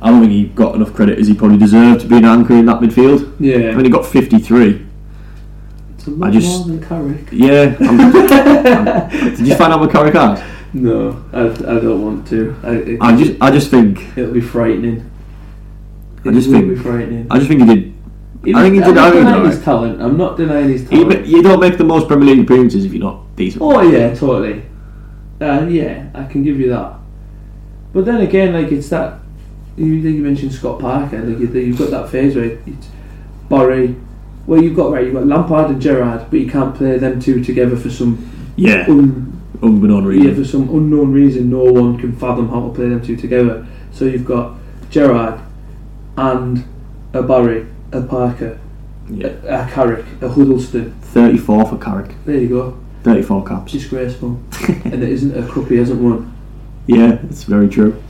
I don't think he got enough credit as he probably deserved to be an anchor in that midfield. I yeah. mean, he got fifty three. It's a lot I just- more than Carrick. Yeah. I'm- I'm- did you find out what Carrick had? No, I, I don't want to. I, it, I just, I just think, it'll be frightening. I just it will think- be frightening. I just think he did. I think he I'm not did- I think he did denying his alright. talent. I'm not denying his He, talent. ma- you don't make the most Premier League appearances if you're not decent. Oh yeah, totally. Uh, yeah, I can give you that. But then again, like it's that you think you mentioned Scott Parker, like you, you've got that phase where it's Barry. Well, you've got right, you've got Lampard and Gerrard, but you can't play them two together for some Yeah, un, unbeknown yeah, reason. for some unknown reason. No one can fathom how to play them two together. So you've got Gerrard and a Barry, a Parker, Yeah. a Carrick, a Huddleston. Thirty-four for Carrick. There you go. Thirty-four caps. Disgraceful, and it isn't a cup he hasn't won. Yeah, it's very true.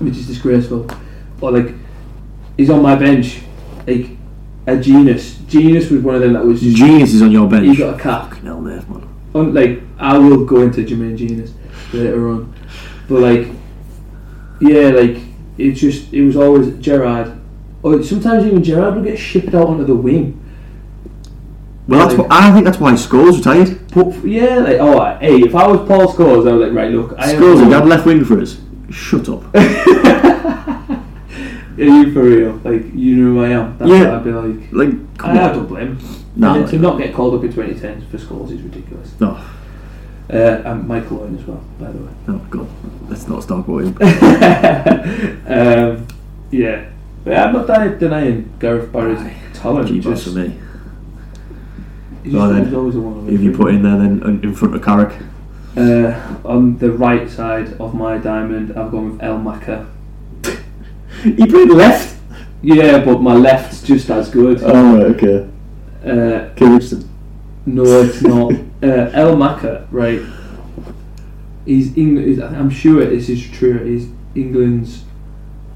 which is disgraceful. Or like, he's on my bench, like a genius. Genius was one of them that was just Genius is on your bench. he got a cap. Fucking hell, mate, man. On, like I will go into Jermaine Genius later on, but like, yeah, like it just it was always Gerard, Or sometimes even Gerard will get shipped out onto the wing. Well, that's what, I think that's why Scholes retired. But f- yeah, like oh, I- hey, if I was Paul Scholes, I was like, right, look, I am- Scholes, if you had left wing for us, shut up. Are you for real? Like you know who I am. That's Yeah. what I'd be like. Like, I, come I on. don't blame. him. And Nah, then like, to not get called up in 2010 for scores is ridiculous. no, Uh, and Michael Owen as well, by the way. no, God, let's not start going. um, yeah. But I'm not dying, denying Gareth Barry's talent. He Gee, just, boss for he me. just Go on then. was always the one. If you put in there, then in- in front of Carrick, uh, on the right side of my diamond, I've gone with El Maka. he played left. Yeah, but my left's just as good. Oh, right, okay. Uh, Kingston. no, it's not. uh, El Maka, right? He's England. I'm sure this is true. He's England's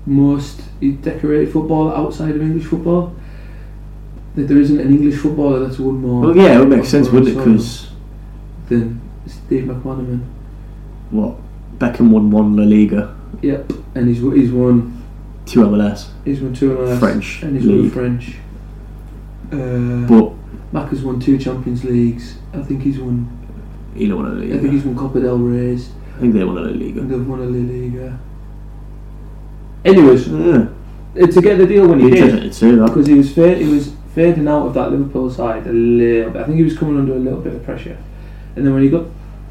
most decorated footballer outside of English football. That there isn't an English footballer that's won more. Well, yeah, it would make sense, Football wouldn't it? titles Because than Steve McManaman. what? Beckham won one La Liga, Yep, and he's w- he's won two MLS, he's won two MLS French and he's won league. French. Uh, But Mac has won two Champions Leagues. I think he's won. you know, won La I think Liga. he's won Copa del Rey's. I think they won La And Liga. they've won a La Liga. Anyways, Yeah, uh, to get the deal when he interesting did, to see that. because he was fa- he was fading out of that Liverpool side a little bit. I think he was coming under a little bit of pressure, and then when he got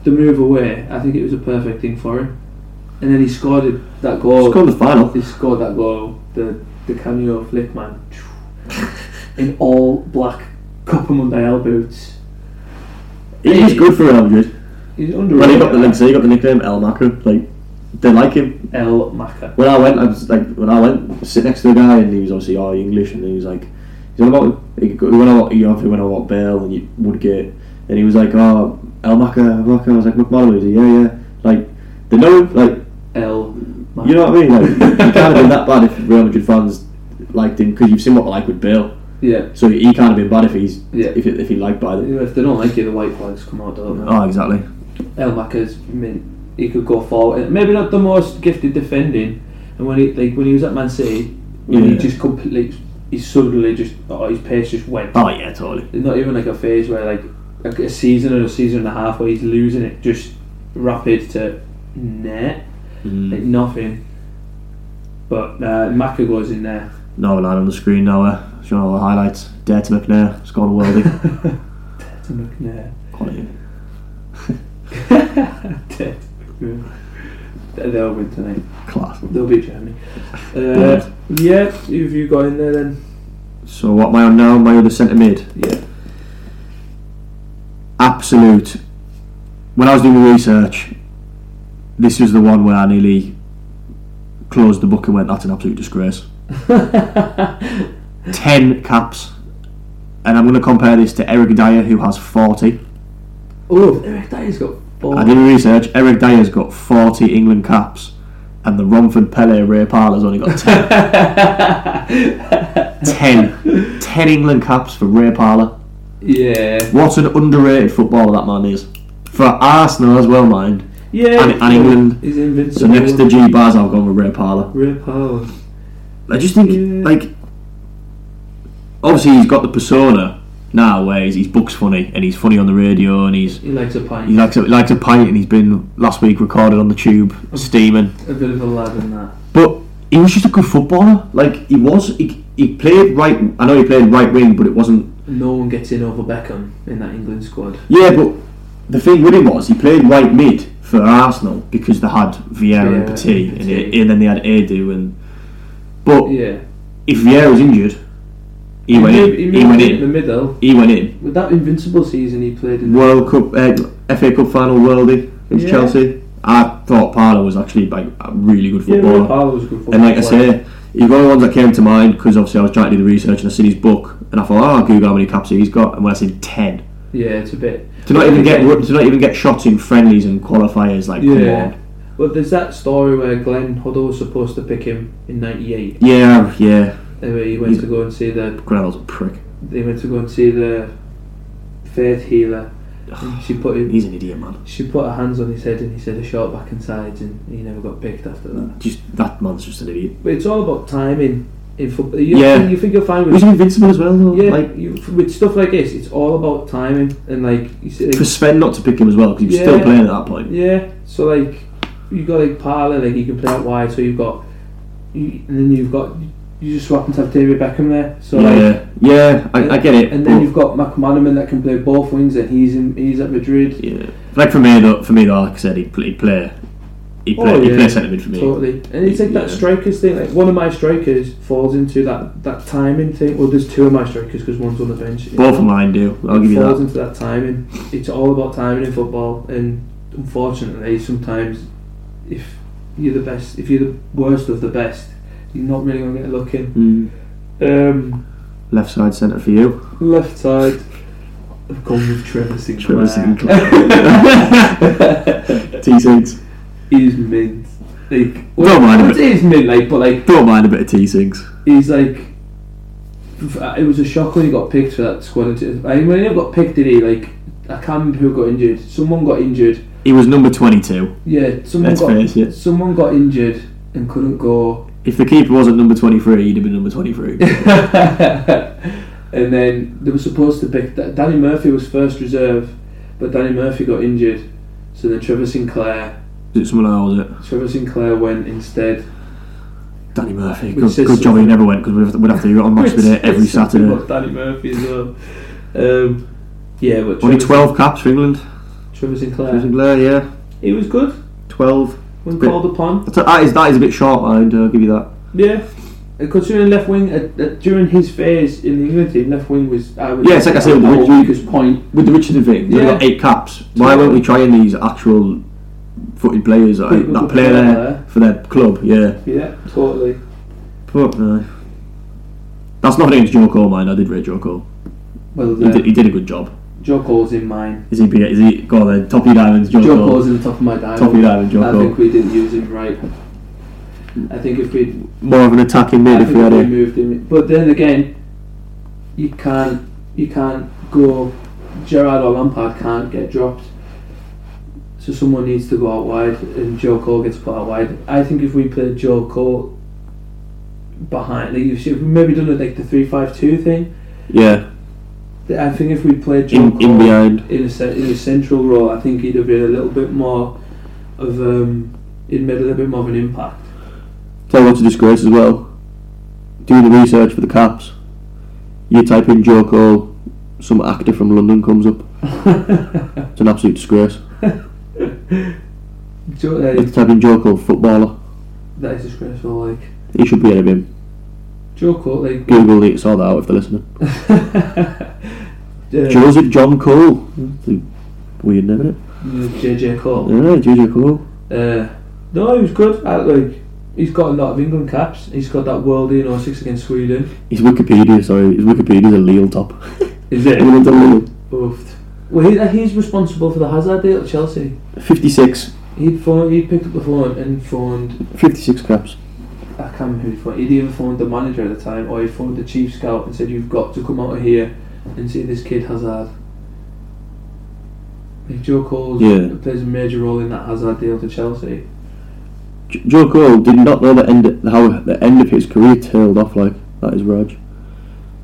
the move away, I think it was a perfect thing for him. And then he scored it- that goal. Scored the final. He scored that goal, the the cameo flick man, in all black Copa Mundial boots. He was good for Real Madrid. He's When underrated. he got the like, say he got the nickname El Maco, like they like him. El Maka. When I went, I was like, when I went, sit next to a guy, and he was obviously all English, and he was like, he's about he go- when I walked, he obviously when I walked Bale and you- Woodgate, and he was like, oh El Maco, El Maco. I was like, McMahon, is he? Yeah, yeah. Like they know, him, like El Maka. you know what I mean. Like he can't have been that bad if Real Madrid fans liked him because you've seen what they like with Bale, Yeah. so he can't have been bad if he's Yeah. if he- if he liked by them. You know, If they don't like you, the white flags come out, don't they? Oh, exactly. El Maka's mint. He could go forward. Maybe not the most gifted defending. And when he like when he was at Man City, when he Yeah. just completely, he suddenly just oh, his pace just went. Oh yeah, totally. not even like a phase where like like a season or a season and a half where he's losing it just rapid to net like nothing but uh, Maka goes in there No lad on the screen now, uh, showing all the highlights. Dare to McNair, scored a worldie. to McNair Quality. Dead. they'll win tonight Class. they'll beat Germany uh, yeah if you got in there then So what am I on now? My other centre mid. yeah Absolute. When I was doing the research, this was the one where I nearly closed the book and went, that's an absolute disgrace. Ten caps. And I'm going to compare this to Eric Dyer, who has 40. oh Eric Dyer's got four I did the research. Eric Dyer's got 40 England caps. And the Romford Pele Ray Parler's only got 10. 10. 10 England caps for Ray Parler. yeah What an underrated footballer that man is. For Arsenal as well, mind. yeah And- and England. he's So invincible next to G Baz, I'll go with Ray Parler. Ray Powell I just think, Yeah. like, obviously he's got the persona now where he's, he's bucks funny and he's funny on the radio and he's he likes a pint he likes a, likes a pint and he's been last week recorded on the tube steaming. a bit of a lad in that. But he was just a good footballer. Like he was, he, he played right. I know he played right wing, but it wasn't No one gets in over Beckham in that England squad. Yeah, but the thing with him was he played right mid for Arsenal because they had Vieira and Yeah, Petit, and and, Petit. it- and then they had Edu. And but Yeah. if Vieira was injured, he went moved- in. moved He went in the in. middle. He went in. With that invincible season he played in World Cup, uh, FA Cup final, worldie against Yeah. Chelsea. I thought Parlour was actually like a really good yeah, footballer. Powell was a good And like I footballer. say, he's one of the ones that came to mind because obviously I was trying to do the research and I seen his book and I thought, oh, I'll Google how many caps he's got. And when I said ten, Yeah, it's a bit to not even get to not even get shots in friendlies and qualifiers, like come Yeah. on. Well there's that story where Glenn Hoddle was supposed to pick him in ninety eight. Yeah, yeah. Anyway he went to go and see the Granada's a prick. they went to go and see the faith healer. And she put him, He's an idiot, man. she put her hands on his head and he said a short back and sides and he never got picked after that. Just that man's just an idiot. But it's all about timing in football. You, Yeah. think, you think you'll find He's with, invincible as well, though. yeah, Like, you, with stuff like this, it's all about timing and like you see, for Sven not to pick him as well, because he was still Yeah. playing at that point. yeah. So like you got like Parler, like you can play out wide. So you've got, you, and then you've got you just happen to have David Beckham there. So like, yeah, yeah, I, I get it. And then but- you've got McManaman that can play both wings, and he's in, he's at Madrid. Yeah. Like for me though, for me though, like I said, he play, he play, he play, Oh, he yeah. play centre mid for me. Totally, and it's like that Yeah. strikers thing. Like one of my strikers falls into that, that timing thing. Well, there's two of my strikers because one's on the bench. Both of mine do. I'll give you falls that. into that timing. It's all about timing in football, and unfortunately, sometimes if you're the best, if you're the worst of the best, you're not really gonna get a look in. Mm. Um, Left side centre for you. left side, I've gone with Trevor Sinclair. Trevor Sinclair. T Sigs. He's mint. Like, Don't mind him. I'd say he's mint, like, but like Don't mind a bit of T Sigs. he's like. f- uh, It was a shock when he got picked for that squad. I mean, when he got picked, did he like? I can't remember who got injured. Someone got injured. He was number 22. Yeah, someone Let's face got it. someone got injured and couldn't go, If the keeper wasn't number 23, he'd have been number 23. and then they were supposed to pick that. Danny Murphy was first reserve, but Danny Murphy got injured, so then Trevor Sinclair, Is it someone else? Was it Trevor Sinclair went instead. Danny Murphy? Which Good, says good job he something. never went because we'd, have to- we'd have to do it on match Which day every says something Saturday. about Danny Murphy as well. Um, yeah, but Only Trevor- 12 caps for England. Trevor Trevor Sinclair. Sinclair, yeah, He was good 12. when Bit- called upon. That's a, that is that is a bit short. I'd uh, give you that. Yeah. And considering left wing, uh, uh, during his phase in the England team, left wing was I would Yeah, it's like I said, our we- we- weakest point. With the Richardson thing, they've Yeah. got eight caps. Why weren't we trying these actual footed players that, People that who play play there there. for their club? Yeah, Yeah, totally. but no. That's not against Joe Cole, mind. I did rate Joe Cole. Well, He, uh, did, he did a good job. Joe Cole's in mine. Is he? be- Is he? Go on then. Top of your diamonds, Joe, Joe Cole. Cole's in the top of my diamond. Top of your diamond, Joe I Cole. think we didn't use him right. I think if we, More of an attacking I mid if think we had if we him. moved him, but then again, you can't, you can't go. Gerard or Lampard can't get dropped, so someone needs to go out wide, and Joe Cole gets put out wide. I think if we played Joe Cole behind, like if we maybe done it like the three-five-two thing. Yeah, I think if we played Joe in, Cole in behind. in a, cen- in a central role, I think he'd have been a little bit more of um, he'd made a little bit more of an impact. Tell you what to disgrace as well. Do the research for the caps. You type in Joe Cole, some actor from London comes up. it's an absolute disgrace. Jo- uh, Let's type in Joe Cole footballer. that is disgraceful. Like He should be ahead of him. Joe Cole, like Google it, saw that out if they're listening. uh, Joseph John Cole. Hmm. It's a Weird name, isn't it? JJ Cole. Yeah, JJ Cole. Uh, no, he was good. I, like he's got a lot of England caps. He's got that worldie in 06 against Sweden. His Wikipedia, sorry, his Wikipedia's a Lille top. Is it? England's a Lille. Oofed. Well, he, uh, he's responsible for the Hazard deal at Chelsea. 56, He'd phone, he'd picked up the phone and phoned 56 caps. I can't remember who he phoned. He'd either phoned the manager at the time or he phoned the chief scout and said, You've got to come out of here and see this kid Hazard. Like Joe Cole Yeah. plays a major role in that Hazard deal to Chelsea. J- Joe Cole did not know the end, how the end of his career tailed off like that is Raj.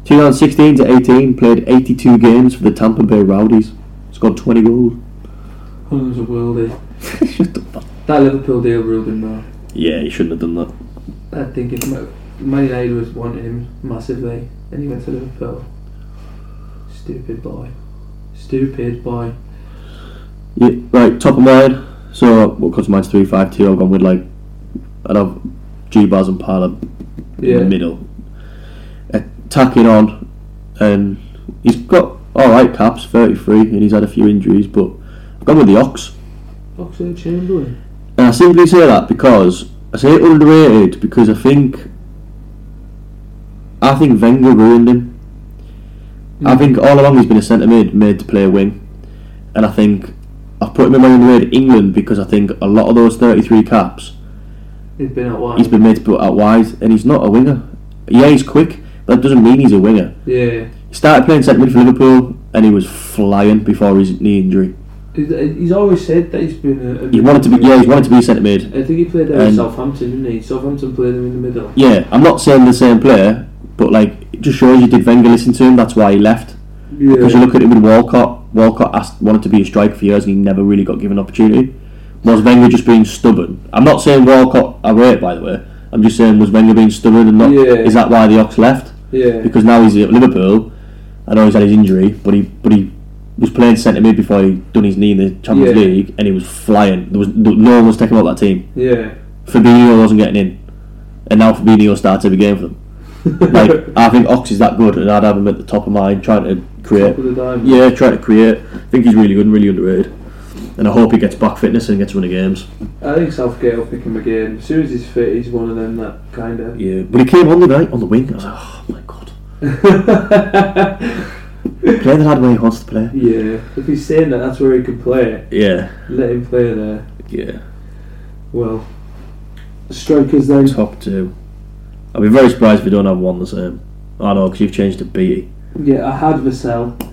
2016 to 18, played 82 games for the Tampa Bay Rowdies. Scored 20 goals. One of them's a worldie. Shut the fuck- That Liverpool deal ruled him uh, though. yeah, he shouldn't have done that. I think if Ma- Man United was wanting him massively and he went to Liverpool. Stupid boy. Stupid boy. Yeah, right, top of mine. So, well, because mine's 352, I've gone with like, I'd have G Bars and Parler in Yeah. the middle. Attacking on, and he's got alright caps, 33, and he's had a few injuries, but I've gone with the Ox. Oxlade Chamberlain. And I simply say that because I say underrated because I think I think Wenger ruined him. I think all along he's been a centre mid made to play wing, and I think I've put him in my underrated England because I think a lot of those thirty three caps He'd been out wide. he's been made to put out wide, and he's not a winger. Yeah, he's quick, but that doesn't mean he's a winger. yeah. He started playing centre mid for Liverpool, and he was flying before his knee injury. He's always said that he's been a. a He wanted to be, yeah, he wanted to be centre mid. I think he played there in And- Southampton, didn't he? Southampton played him in the middle. Yeah, I'm not saying the same player, but like, it just shows you did Wenger listen to him. That's why he left. Because you yeah. look at it with Walcott. Walcott asked, wanted to be a striker for years, and he never really got given opportunity. Was Wenger just being stubborn? I'm not saying Walcott. I rate, by the way. I'm just saying was Wenger being stubborn and not? Yeah. Is that why the Ox left? Yeah. Because now he's at Liverpool. I know he's had his injury, but he but he was playing centre mid before he done his knee in the Champions Yeah. League, and he was flying. There was no one was taking up that team. Yeah. Fabinho wasn't getting in, and now Fabinho starts every game for them. like I think Ox is that good, and I'd have him at the top of mine, trying to create Top of the diamond. yeah, try to create. I think he's really good and really underrated. And I hope he gets back fitness and gets running games. I think Southgate will pick him again. As soon as he's fit, he's one of them that kind of. Yeah. But he came on the night on the wing. I was like, oh my god. Play the lad where he wants to play. Yeah. If he's saying that that's where he could play, Yeah. let him play there. Yeah. Well, strikers then. Top two. I'd be very surprised if we don't have one the same. I know, because you've changed to Beatty. yeah, I had Vassell.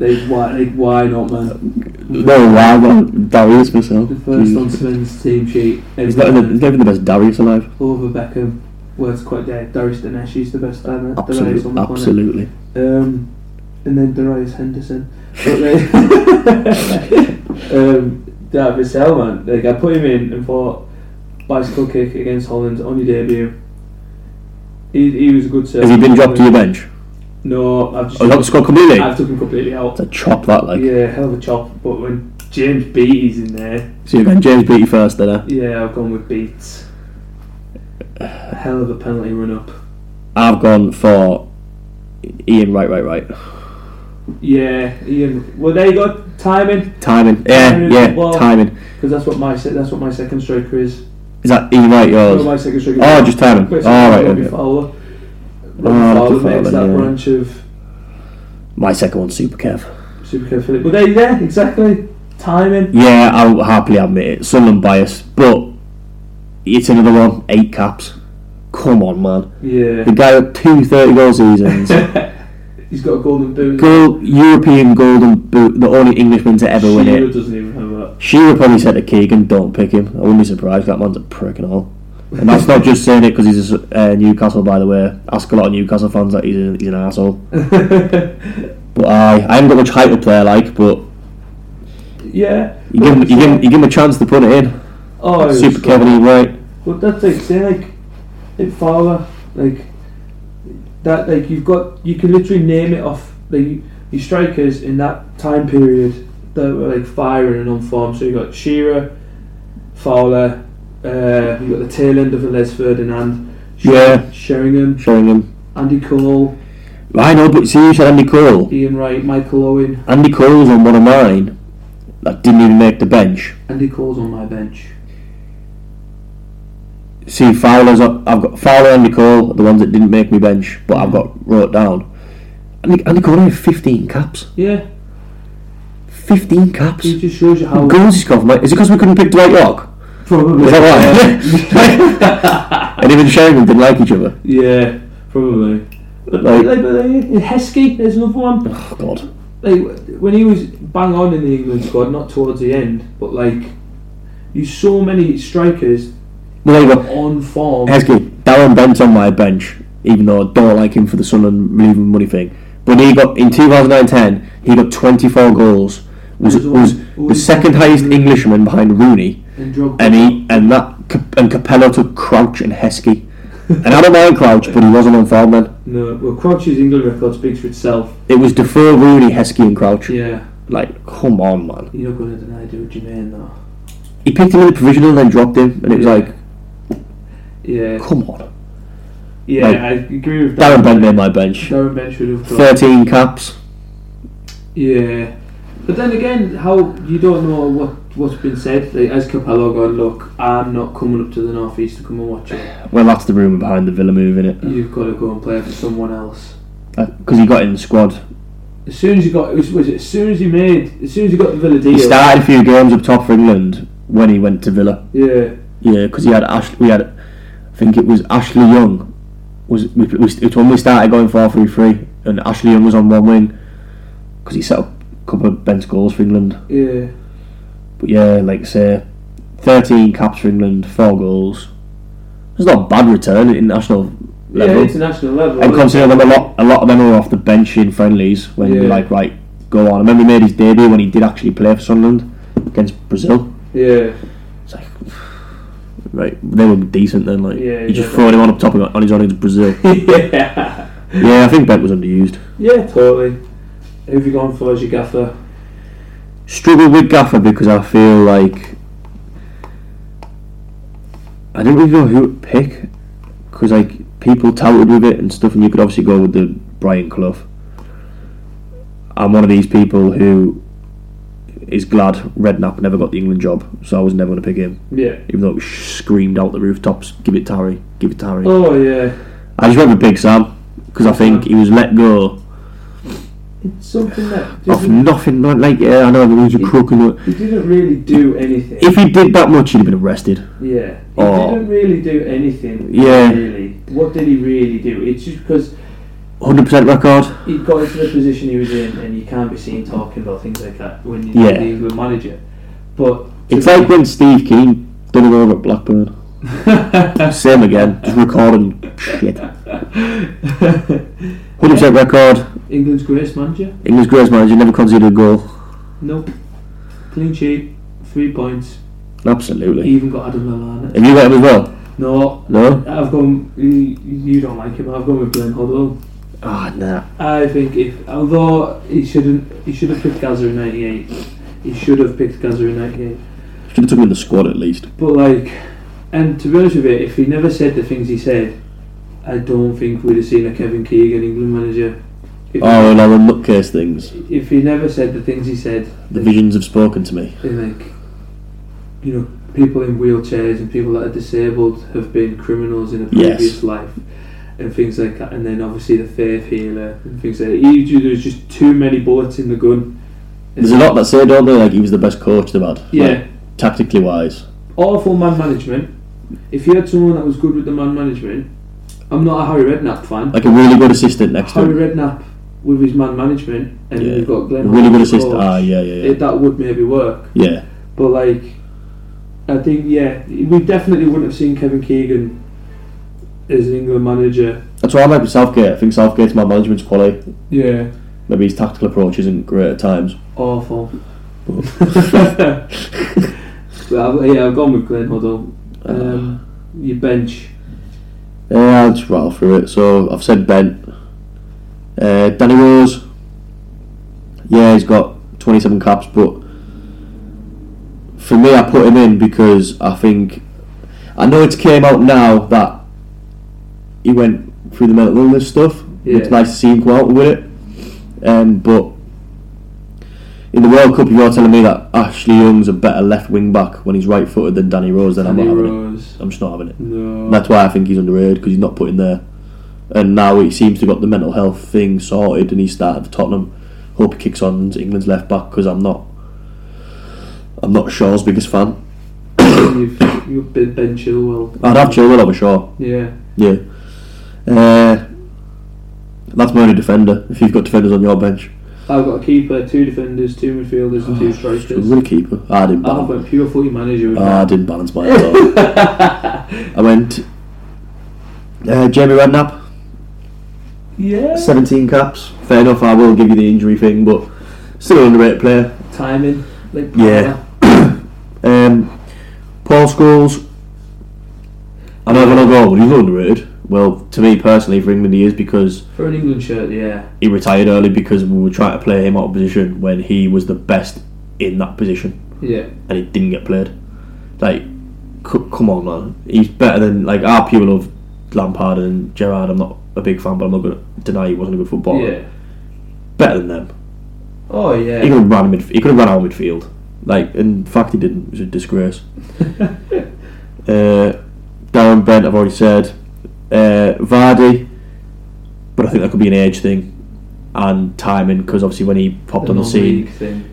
they why they, why not man? No, wow, not Darius myself. The first on Jesus. Sven's team sheet. He's not, even- he's not even the best Darius alive. over Beckham. Words quite dead. Doris Dinesh is the best player Darius on Absolutely. the planet. Absolutely. Um, and then Darius Henderson. But then, Um, that Vassell, man. Like, I put him in and thought bicycle kick against Holland on your debut. He, he was a good serve. Has he been dropped to your bench? No, I've just. Oh, not scored completely? I've took him completely out. It's a chop, that, like. Yeah, hell of a chop. But when James Beattie's in there, So you're going James Beatty first, then, eh? yeah, I've gone with Beats. A hell of a penalty run up. I've gone for Ian Right, Right, Right. Yeah, Ian. Well, there you go. Timing, Timing. Yeah, Timing, yeah, well- timing. because that's what my se- that's what my second striker is. Is that Ian Right Well, yours? my second striker. Oh, just timing. Quick, All right. Robbie okay. Fowler. Oh, Robbie Robbie Fowler makes Fowler, that yeah. branch of My second one's Super Kev. Supercar Philip. Well, there you go. Exactly. Timing. Yeah, I'll happily admit it. Sunderland bias, but it's another one. Eight caps. Come on, man. Yeah. The guy with two 30 goal seasons. He's got a golden boot. Goal, European Golden Boot, the only Englishman to ever win Shearer it. doesn't even have that. Shearer probably said to Keegan, don't pick him. I wouldn't be surprised, that man's a prick and all. And that's not just saying it because he's a s- uh, Newcastle, by the way. Ask a lot of Newcastle fans that he's, a, he's an asshole. but I, I haven't got much height to play like, but Yeah. you give, him, you, give him, you give him a chance to put it in. Oh, he was Super good. Kevin, right? But that's like saying like like Fowler, like that like you've got you can literally name it off like your strikers in that time period that were like firing and on form. So you got Shearer, Fowler, uh, you got the tail end of a Les Ferdinand, Sher- Yeah. Sheringham, Sheringham. Andy Cole, I know, but see, you said Andy Cole. Ian Wright, Michael Owen. Andy Cole's on one of mine that didn't even make the bench. Andy Cole's on my bench. See, Fowler's up. I've got Fowler and Nicole, the ones that didn't make me bench, but I've got wrote down. And and Nicole only had 15 caps. Yeah, 15 caps. it just shows you how Goals he scored, mate. Is it because we couldn't pick Dwight York? Is probably that why? and even Sheringham didn't like each other. yeah probably. But Like- like, but like, Heskey, there's another one. Oh, God. like when he was bang on in the England squad, not towards the end, but like you saw many strikers Well, there you go. on form. Heskey, Darren Bent's on my bench, even though I don't like him for the Sun and leaving money thing. But he got, in 2009-10, he got 24 goals. Was, Who's on- was the who's second on- highest Englishman behind Rooney. And Drogba. and he and that and Capello took Crouch and Heskey. And I don't mind Crouch, but he wasn't on form then. no, uh, well, Crouch's England record speaks for itself. It was Defoe, Rooney, Heskey, and Crouch. Yeah, Like, come on, man. you're not going to deny David Jermaine though. He picked him in the provisional and then dropped him, and it was like, Yeah, come on. yeah, Like, I agree with that. Darren Bent made my bench. Darren Bent should have got. 13 caps. Yeah, but then again, how you don't know what what's been said. Like, as Capello gone, look, I'm not coming up to the northeast to come and watch it. Well, that's the rumour behind the Villa move, innit? You've got to go and play for someone else. Because he got in the squad. As soon as he got, it was, was it, as soon as he made, as soon as he got the Villa deal, He started a few games up top for England when he went to Villa. yeah, Yeah, because he had Ash. We had, I think it was Ashley Young. Was we, we, it's when we started going four three three, and Ashley Young was on one wing, because he set up a couple of bench goals for England. Yeah. But yeah, like I say, 13 caps for England, 4 goals. It's not a bad return at international Yeah, level. international level. and considering them a lot, a lot of them were off the bench in friendlies when we Yeah. were like, right, go on. I remember he made his debut when he did actually play for Sunderland against Brazil. yeah. It's like, right, they were decent then. Like, Yeah, you just exactly. throwing him on up top of- on his own against Brazil. yeah. yeah, I think Bent was underused. Yeah, totally. Who have you gone for as your gaffer? struggled with Gaffer because I feel like I didn't really know who to pick because like people touted with it and stuff, and you could obviously go with the Brian Clough. I'm one of these people who is glad Redknapp never got the England job, so I was never going to pick him, Yeah. even though it was screamed out the rooftops, "Give it Tari, give it Tari." Oh, yeah. I just went with Big Sam because I think he was let go It's something that of didn't, nothing. Like, like, yeah, I know he was a crook, and he didn't really do anything. if he did that much, he'd have been arrested. Yeah, he Oh. didn't really do anything. Yeah. really. What did he really do? It's just because hundred percent record. he got into the position he was in, and you can't be seen talking about things like that when you're Yeah. the England manager. But to It's me- like when Steve Keane done it over at Blackburn. Same again, just recording shit. Hundred percent record. England's greatest manager. England's greatest manager never conceded a goal. Nope. Clean sheet, three points. He Absolutely. even got Adam Lallana. Have you got him as well? No, No. I've gone. You you don't like him. I've gone with Glenn Hoddle. Ah, nah. I think if although he shouldn't, he should have picked Gazza in '98. He should have picked Gazza in '98. Should have took him in the squad at least. But like, and to be honest with you, if he never said the things he said, I don't think we'd have seen a Kevin Keegan England manager. If, Oh, and I will nutcase things. if he never said the things he said, The visions have spoken to me. then like, you know, people in wheelchairs and people that are disabled have been criminals in a Yes. previous life. And things like that, and then obviously the faith healer and things like that. He, there was just too many bullets in the gun. There's a lot that say, don't they? Like he was the best coach they've had. Yeah, Like, tactically wise. awful man management. If you had someone that was good with the man management, I'm not a Harry Redknapp fan. Like a really good assistant next to Harry him. Redknapp with his man management, and Yeah. you've got Glenn. really Hoddle, good assistant. coach, Ah, yeah, yeah, yeah. it- that would maybe work, yeah. but like, I think yeah, we definitely wouldn't have seen Kevin Keegan as an England manager. That's why I like with Southgate. I think Southgate's my management's quality. Yeah, Maybe his tactical approach isn't great at times. awful. But I've, yeah, I've gone with Glenn Hoddle. Um, your bench, Yeah, I'll just rattle through it. So I've said Bent. Uh, Danny Rose. Yeah, he's got 27 caps, but for me, I put him in because I think. I know it's came out now that he went through the mental illness stuff. It's Yeah. nice to see him go out with it. Um, but in the World Cup, you're telling me that Ashley Young's a better left wing back when he's right footed than Danny Rose, then Danny I'm not having it. Rose. I'm just not having it. No. And That's why I think he's underrated because he's not put in there. And now he seems to have got the mental health thing sorted, and he started for Tottenham. Hope he kicks on to England's left back because I'm not. I'm not Shaw's biggest fan. you've, you've been Ben Chilwell. I'd have Chilwell over Shaw. Yeah. Yeah. Uh, that's my only defender. If you've got defenders on your bench, I've got a keeper, two defenders, two midfielders, and two so we're strikers. gonna keep her. I didn't. I've Balance, went pure footy manager with I didn't balance my at all. I went. Uh, Jamie Redknapp. Yeah. 17 caps. Fair enough, I will give you the injury thing, but still an underrated player. Timing. Like Yeah. Um, Paul Scholes, I know going to go, but he's underrated. Well, to me personally, for England, he is because For an England shirt, yeah. he retired early because we were trying to play him out of position when he was the best in that position Yeah. and he didn't get played. Like, c- come on, man. He's better than, like, our people love Lampard and Gerrard. I'm not a big fan, but I'm not going to deny he wasn't a good footballer. Yeah. Better than them. Oh yeah. He could have run midf- he could have run out of midfield. Like in fact he didn't. It was a disgrace. uh, Darren Bent I've already said. Uh, Vardy, but I think that could be an age thing and timing because obviously when he popped on the scene, non-league Thing.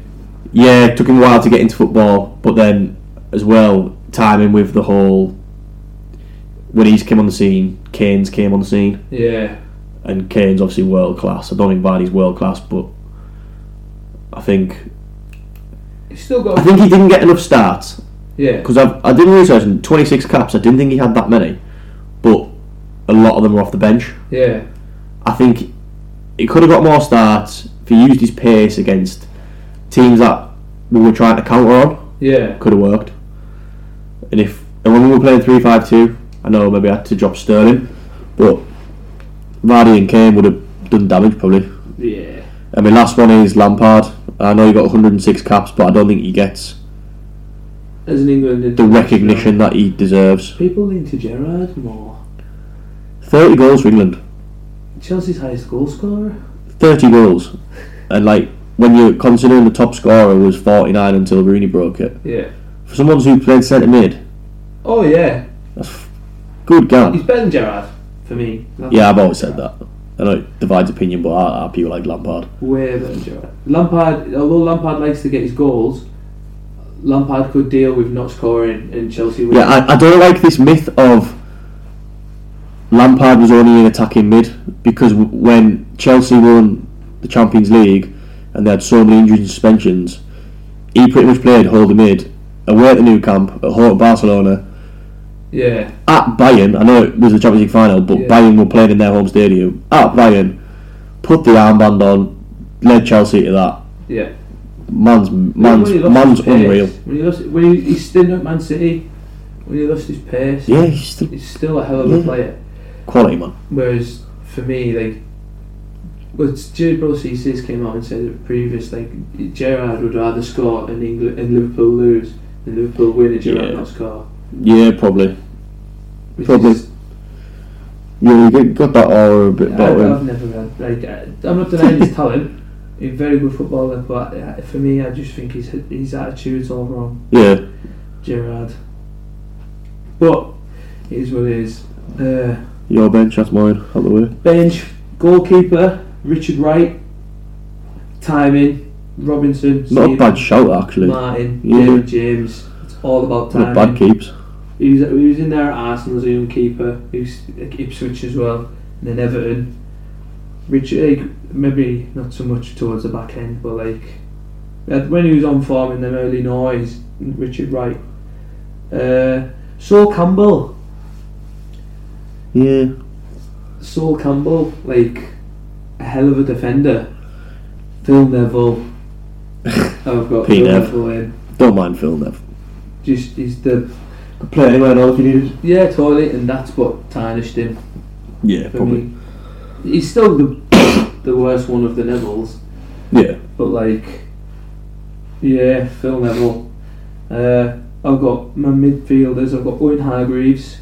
yeah, it took him a while to get into football, but then as well timing with the whole when he's came on the scene, Kane's came on the scene Yeah. and Kane's obviously world class. I don't think Vardy's world class, but I think He's still I got. think he didn't get enough starts Yeah. because I I didn't research him. 26 caps. I didn't think he had that many, but a lot of them were off the bench. Yeah. I think he could have got more starts if he used his pace against teams that we were trying to counter on. Yeah. Could have worked. And if and when we were playing three five two, I know maybe I had to drop Sterling, but Vardy and Kane would have done damage probably. Yeah. I mean, last one is Lampard. I know he got 106 caps, but I don't think he gets As an England. the recognition that he deserves. People lean to Gerrard more. 30 goals for England. Chelsea's highest goal scorer. 30 goals. And like, when you're considering the top scorer was 49 until Rooney broke it. Yeah. For someone who played centre mid, Oh yeah. that's f- good gun. He's better than Gerrard for me. That's Yeah, I've always said that. I know it divides opinion, but I, I people like Lampard. Way better than Gerrard. Lampard, although Lampard likes to get his goals, Lampard could deal with not scoring and Chelsea. Would Yeah, I, I don't like this myth of Lampard was only an attacking mid because w- when Chelsea won the Champions League and they had so many injuries and suspensions, he pretty much played holder mid away at the new camp, at home at Barcelona, yeah. at Bayern. I know it was the Champions League final, but Yeah. Bayern were playing in their home stadium. At Bayern, put the armband on, led Chelsea to that. Yeah. Man's man's When he lost man's his pace, unreal. When he lost, when he, he's still at Man City, when he lost his pace, Yeah, he's still he's still a hell of a Yeah. player. quality man. Whereas for me, like, well, Jared Brosis came out and said at previous, like, Gerrard would rather score and England and Liverpool lose than Liverpool win and Gerrard Yeah. not score. Yeah, probably. Which Probably. is- Yeah, you got that aura a bit eh? I, about him. I've never had, like, I, I'm not denying his talent. He's a very good footballer, but uh, for me, I just think his his attitude's all wrong, Yeah, Gerrard. But it is what it is. Uh, your bench, that's mine, out the way. bench, goalkeeper, Richard Wright, timing, Robinson, Not a Stevens, bad shout, actually. Martin, Yeah. David James. It's all about timing. Not bad keeps. He was, he was in there at Arsenal as a young keeper. He was at Ipswich as well, and then Everton. Richard, like, maybe not so much towards the back end, but like that- when he was on form in the early noise, Richard Wright. Uh, Saul Campbell, Yeah. Saul Campbell, like a hell of a defender. Phil Neville, I've got P. Phil Nev. Neville in. Don't mind Phil Nev. Just he's the Play anywhere at all if you need it. yeah totally, and that's what tarnished him. Yeah, for probably. me. He's still the the worst one of the Nevilles, Yeah. but like, yeah, Phil Neville. Uh, I've got my midfielders. I've got Owen Hargreaves,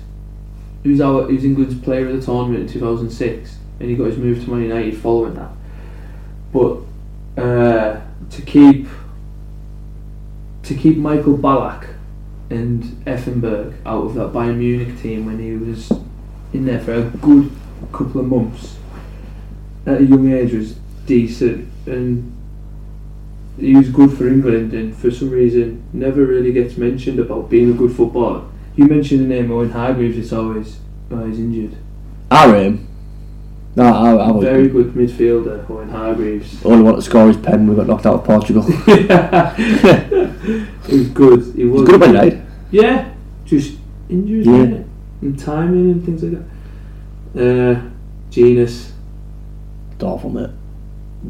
who's our who's England's player of the tournament in two thousand six, and he got his move to Man United following that. But uh, to keep to keep Michael Ballack and Effenberg out of that Bayern Munich team when he was in there for a good couple of months at a young age was decent and he was good for England and for some reason never really gets mentioned about being a good footballer. You mention the name Owen Hargreaves, it's always oh he's injured. I rate him. No, I, I would. Very good midfielder, Owen Hargreaves. Only want to score his pen, we got knocked out of Portugal. He's he was good. He was good at Man United. Yeah, just injuries Yeah. innit? and timing and things like that. Uh, Genus, It's awful, mate.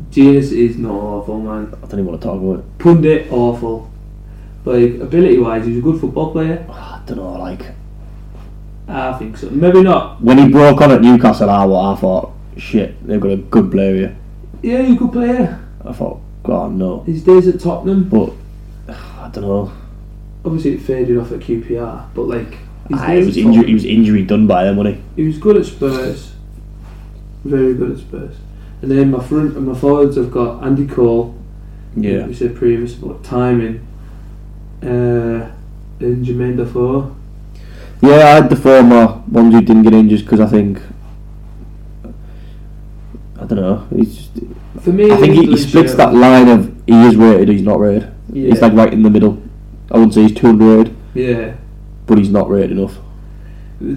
Genus is not awful, man. I don't even want to talk about it. pundit awful. Like ability wise, he's a good football player. Ah, I don't know, like. I think so. Maybe not. When he broke on at Newcastle, I, I thought, shit, they've got a good player here. Yeah, he's a good player. I thought, God, no. His days at Tottenham, But, ah, I don't know. obviously it faded off at QPR, but like his Ah, days it was at injury, he Tottenham- was injury done by them, wasn't he? He was good at Spurs. Very good at Spurs. And then my front and my forwards, I've got Andy Cole. who We said previous about timing. Uh, and Jermaine Defoe. Yeah, I had the former ones who didn't get injured because I think I don't know. He's just, For me, I think he, he England splits should- that line of he is rated, he's not rated. Yeah, He's like right in the middle. I wouldn't say he's too rated, yeah. but he's not rated enough.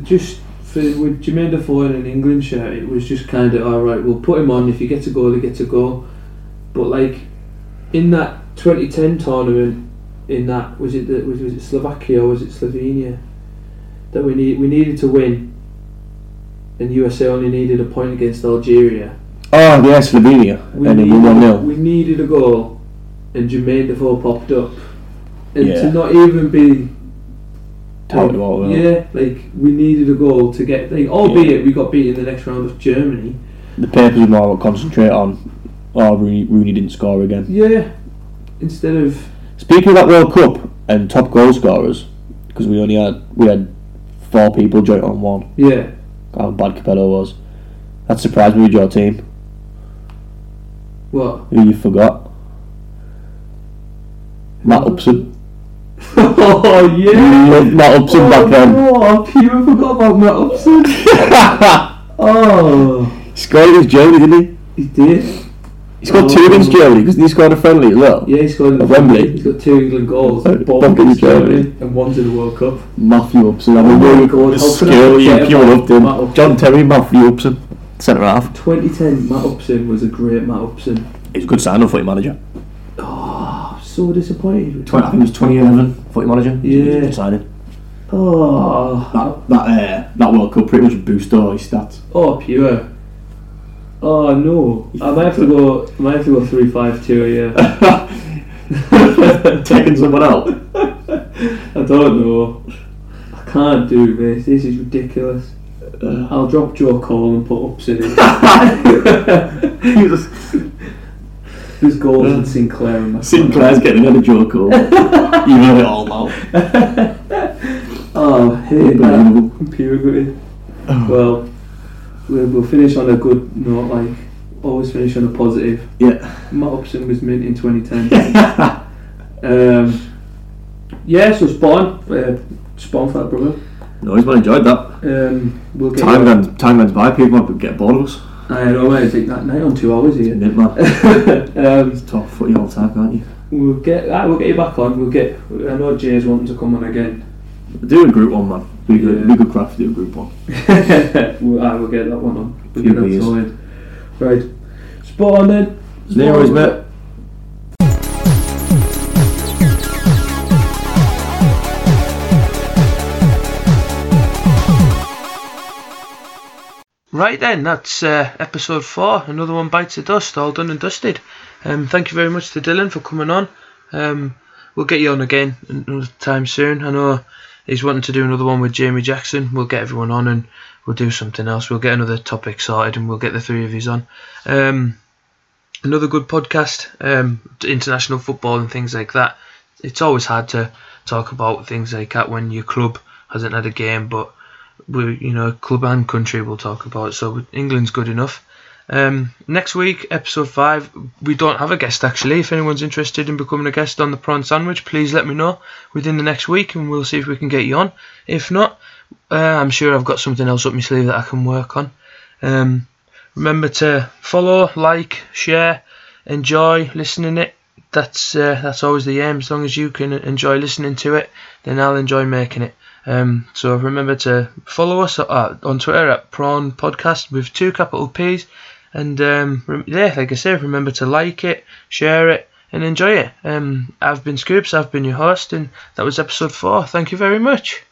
just for with Jermaine Defoe in Uh, an England shirt, it was just kind of all right. We'll put him on. If he gets a goal, he gets a goal. But like, in that 2010 tournament, in that was it the, was, was it Slovakia or was it Slovenia that we need we needed to win, and USA only needed a point against Algeria. Oh, yeah, Slovenia. We and it needed- was 1 0. We needed a goal, and Jermaine Defoe popped up, and Yeah. to not even be Top of the world, yeah. yeah, like we needed a goal to get thing. Albeit we got beat in the next round of Germany. The papers were more concentrate on. Oh, Rooney, Rooney didn't score again. Yeah, instead of Speaking of that World Cup and top goal scorers, because we only had we had four people joint on one. yeah, How bad Capello was. That surprised me with your team. what? Who you forgot? Matt Upson. oh yeah. Love Matt Upson back then. Oh, I pure forgot about Matt Upson. oh, he scored against Germany, didn't he? he did. He scored Oh. two against Germany because he scored a friendly as well. Yeah, he scored in At Wembley. He's got two England goals, Oh, both fucking against Germany. Germany, and one's in the World Cup. Matthew Upson. I mean, my you God, were how could I skill, you forget pure about loved him. Matt Upson? John Terry, Matthew Upson, centre half. 2010, Matt Upson was a great Matt Upson. He's a good sign-up for your manager. I'm so disappointed. With I think it was 2011 footy manager. He was a good signing. oh, That that uh, that World Cup pretty much boosted all his stats. oh, pure. Oh no, I might have to go. I might have to go three five two. Yeah, Taking someone out. I don't know. I can't do this. This is ridiculous. I'll drop Joe Cole and put Upson in. Jesus. There's goals in Sinclair and Matt. Sinclair's getting another joke call. you know it all now. Oh, I hate that. Pure gritty. Well, we'll, we'll finish on a good note, like, always finish on a positive. Yeah. Matt Upson was mint in 2010. um, yeah, so Spawn, uh, Spawn for that, brother. No, he's well enjoyed that. Um, we'll get Time runs, time runs by. People might get bored of us. I know, I think that night on two hours here. Isn't it, man? um, Top footy all time, aren't you? we'll get ah, we'll get you back on. We'll get. I know Jay's wanting to come on again. Do a group one, man. We could, Yeah. we could craft do a group one. we'll, ah, we'll get that one on. We'll get Few that beers. sorted. Right, spot on then. Nero's mate. Right then, that's uh, episode four. Another one bites the dust, all done and dusted. Um, thank you very much to Dylan for coming on. Um, we'll get you on again another time soon. I know he's wanting to do another one with Jamie Jackson. We'll get everyone on and we'll do something else. We'll get another topic sorted and we'll get the three of you on. Um, another good podcast, um, international football and things like that. It's always hard to talk about things like that when your club hasn't had a game, but we you know club and country we'll talk about so england's good enough um, next week episode 5 we don't have a guest actually if anyone's interested in becoming a guest on the prawn sandwich please let me know within the next week and we'll see if we can get you on if not uh, i'm sure i've got something else up my sleeve that i can work on um, remember to follow like share enjoy listening it that's uh, that's always the aim as long as you can enjoy listening to it then i'll enjoy making it um, so remember to follow us uh, on Twitter at Prawn Podcast with two capital P's. And um, rem- yeah, like I said, remember to like it, share it, and enjoy it. Um, I've been Scoops, I've been your host, and that was episode four. Thank you very much.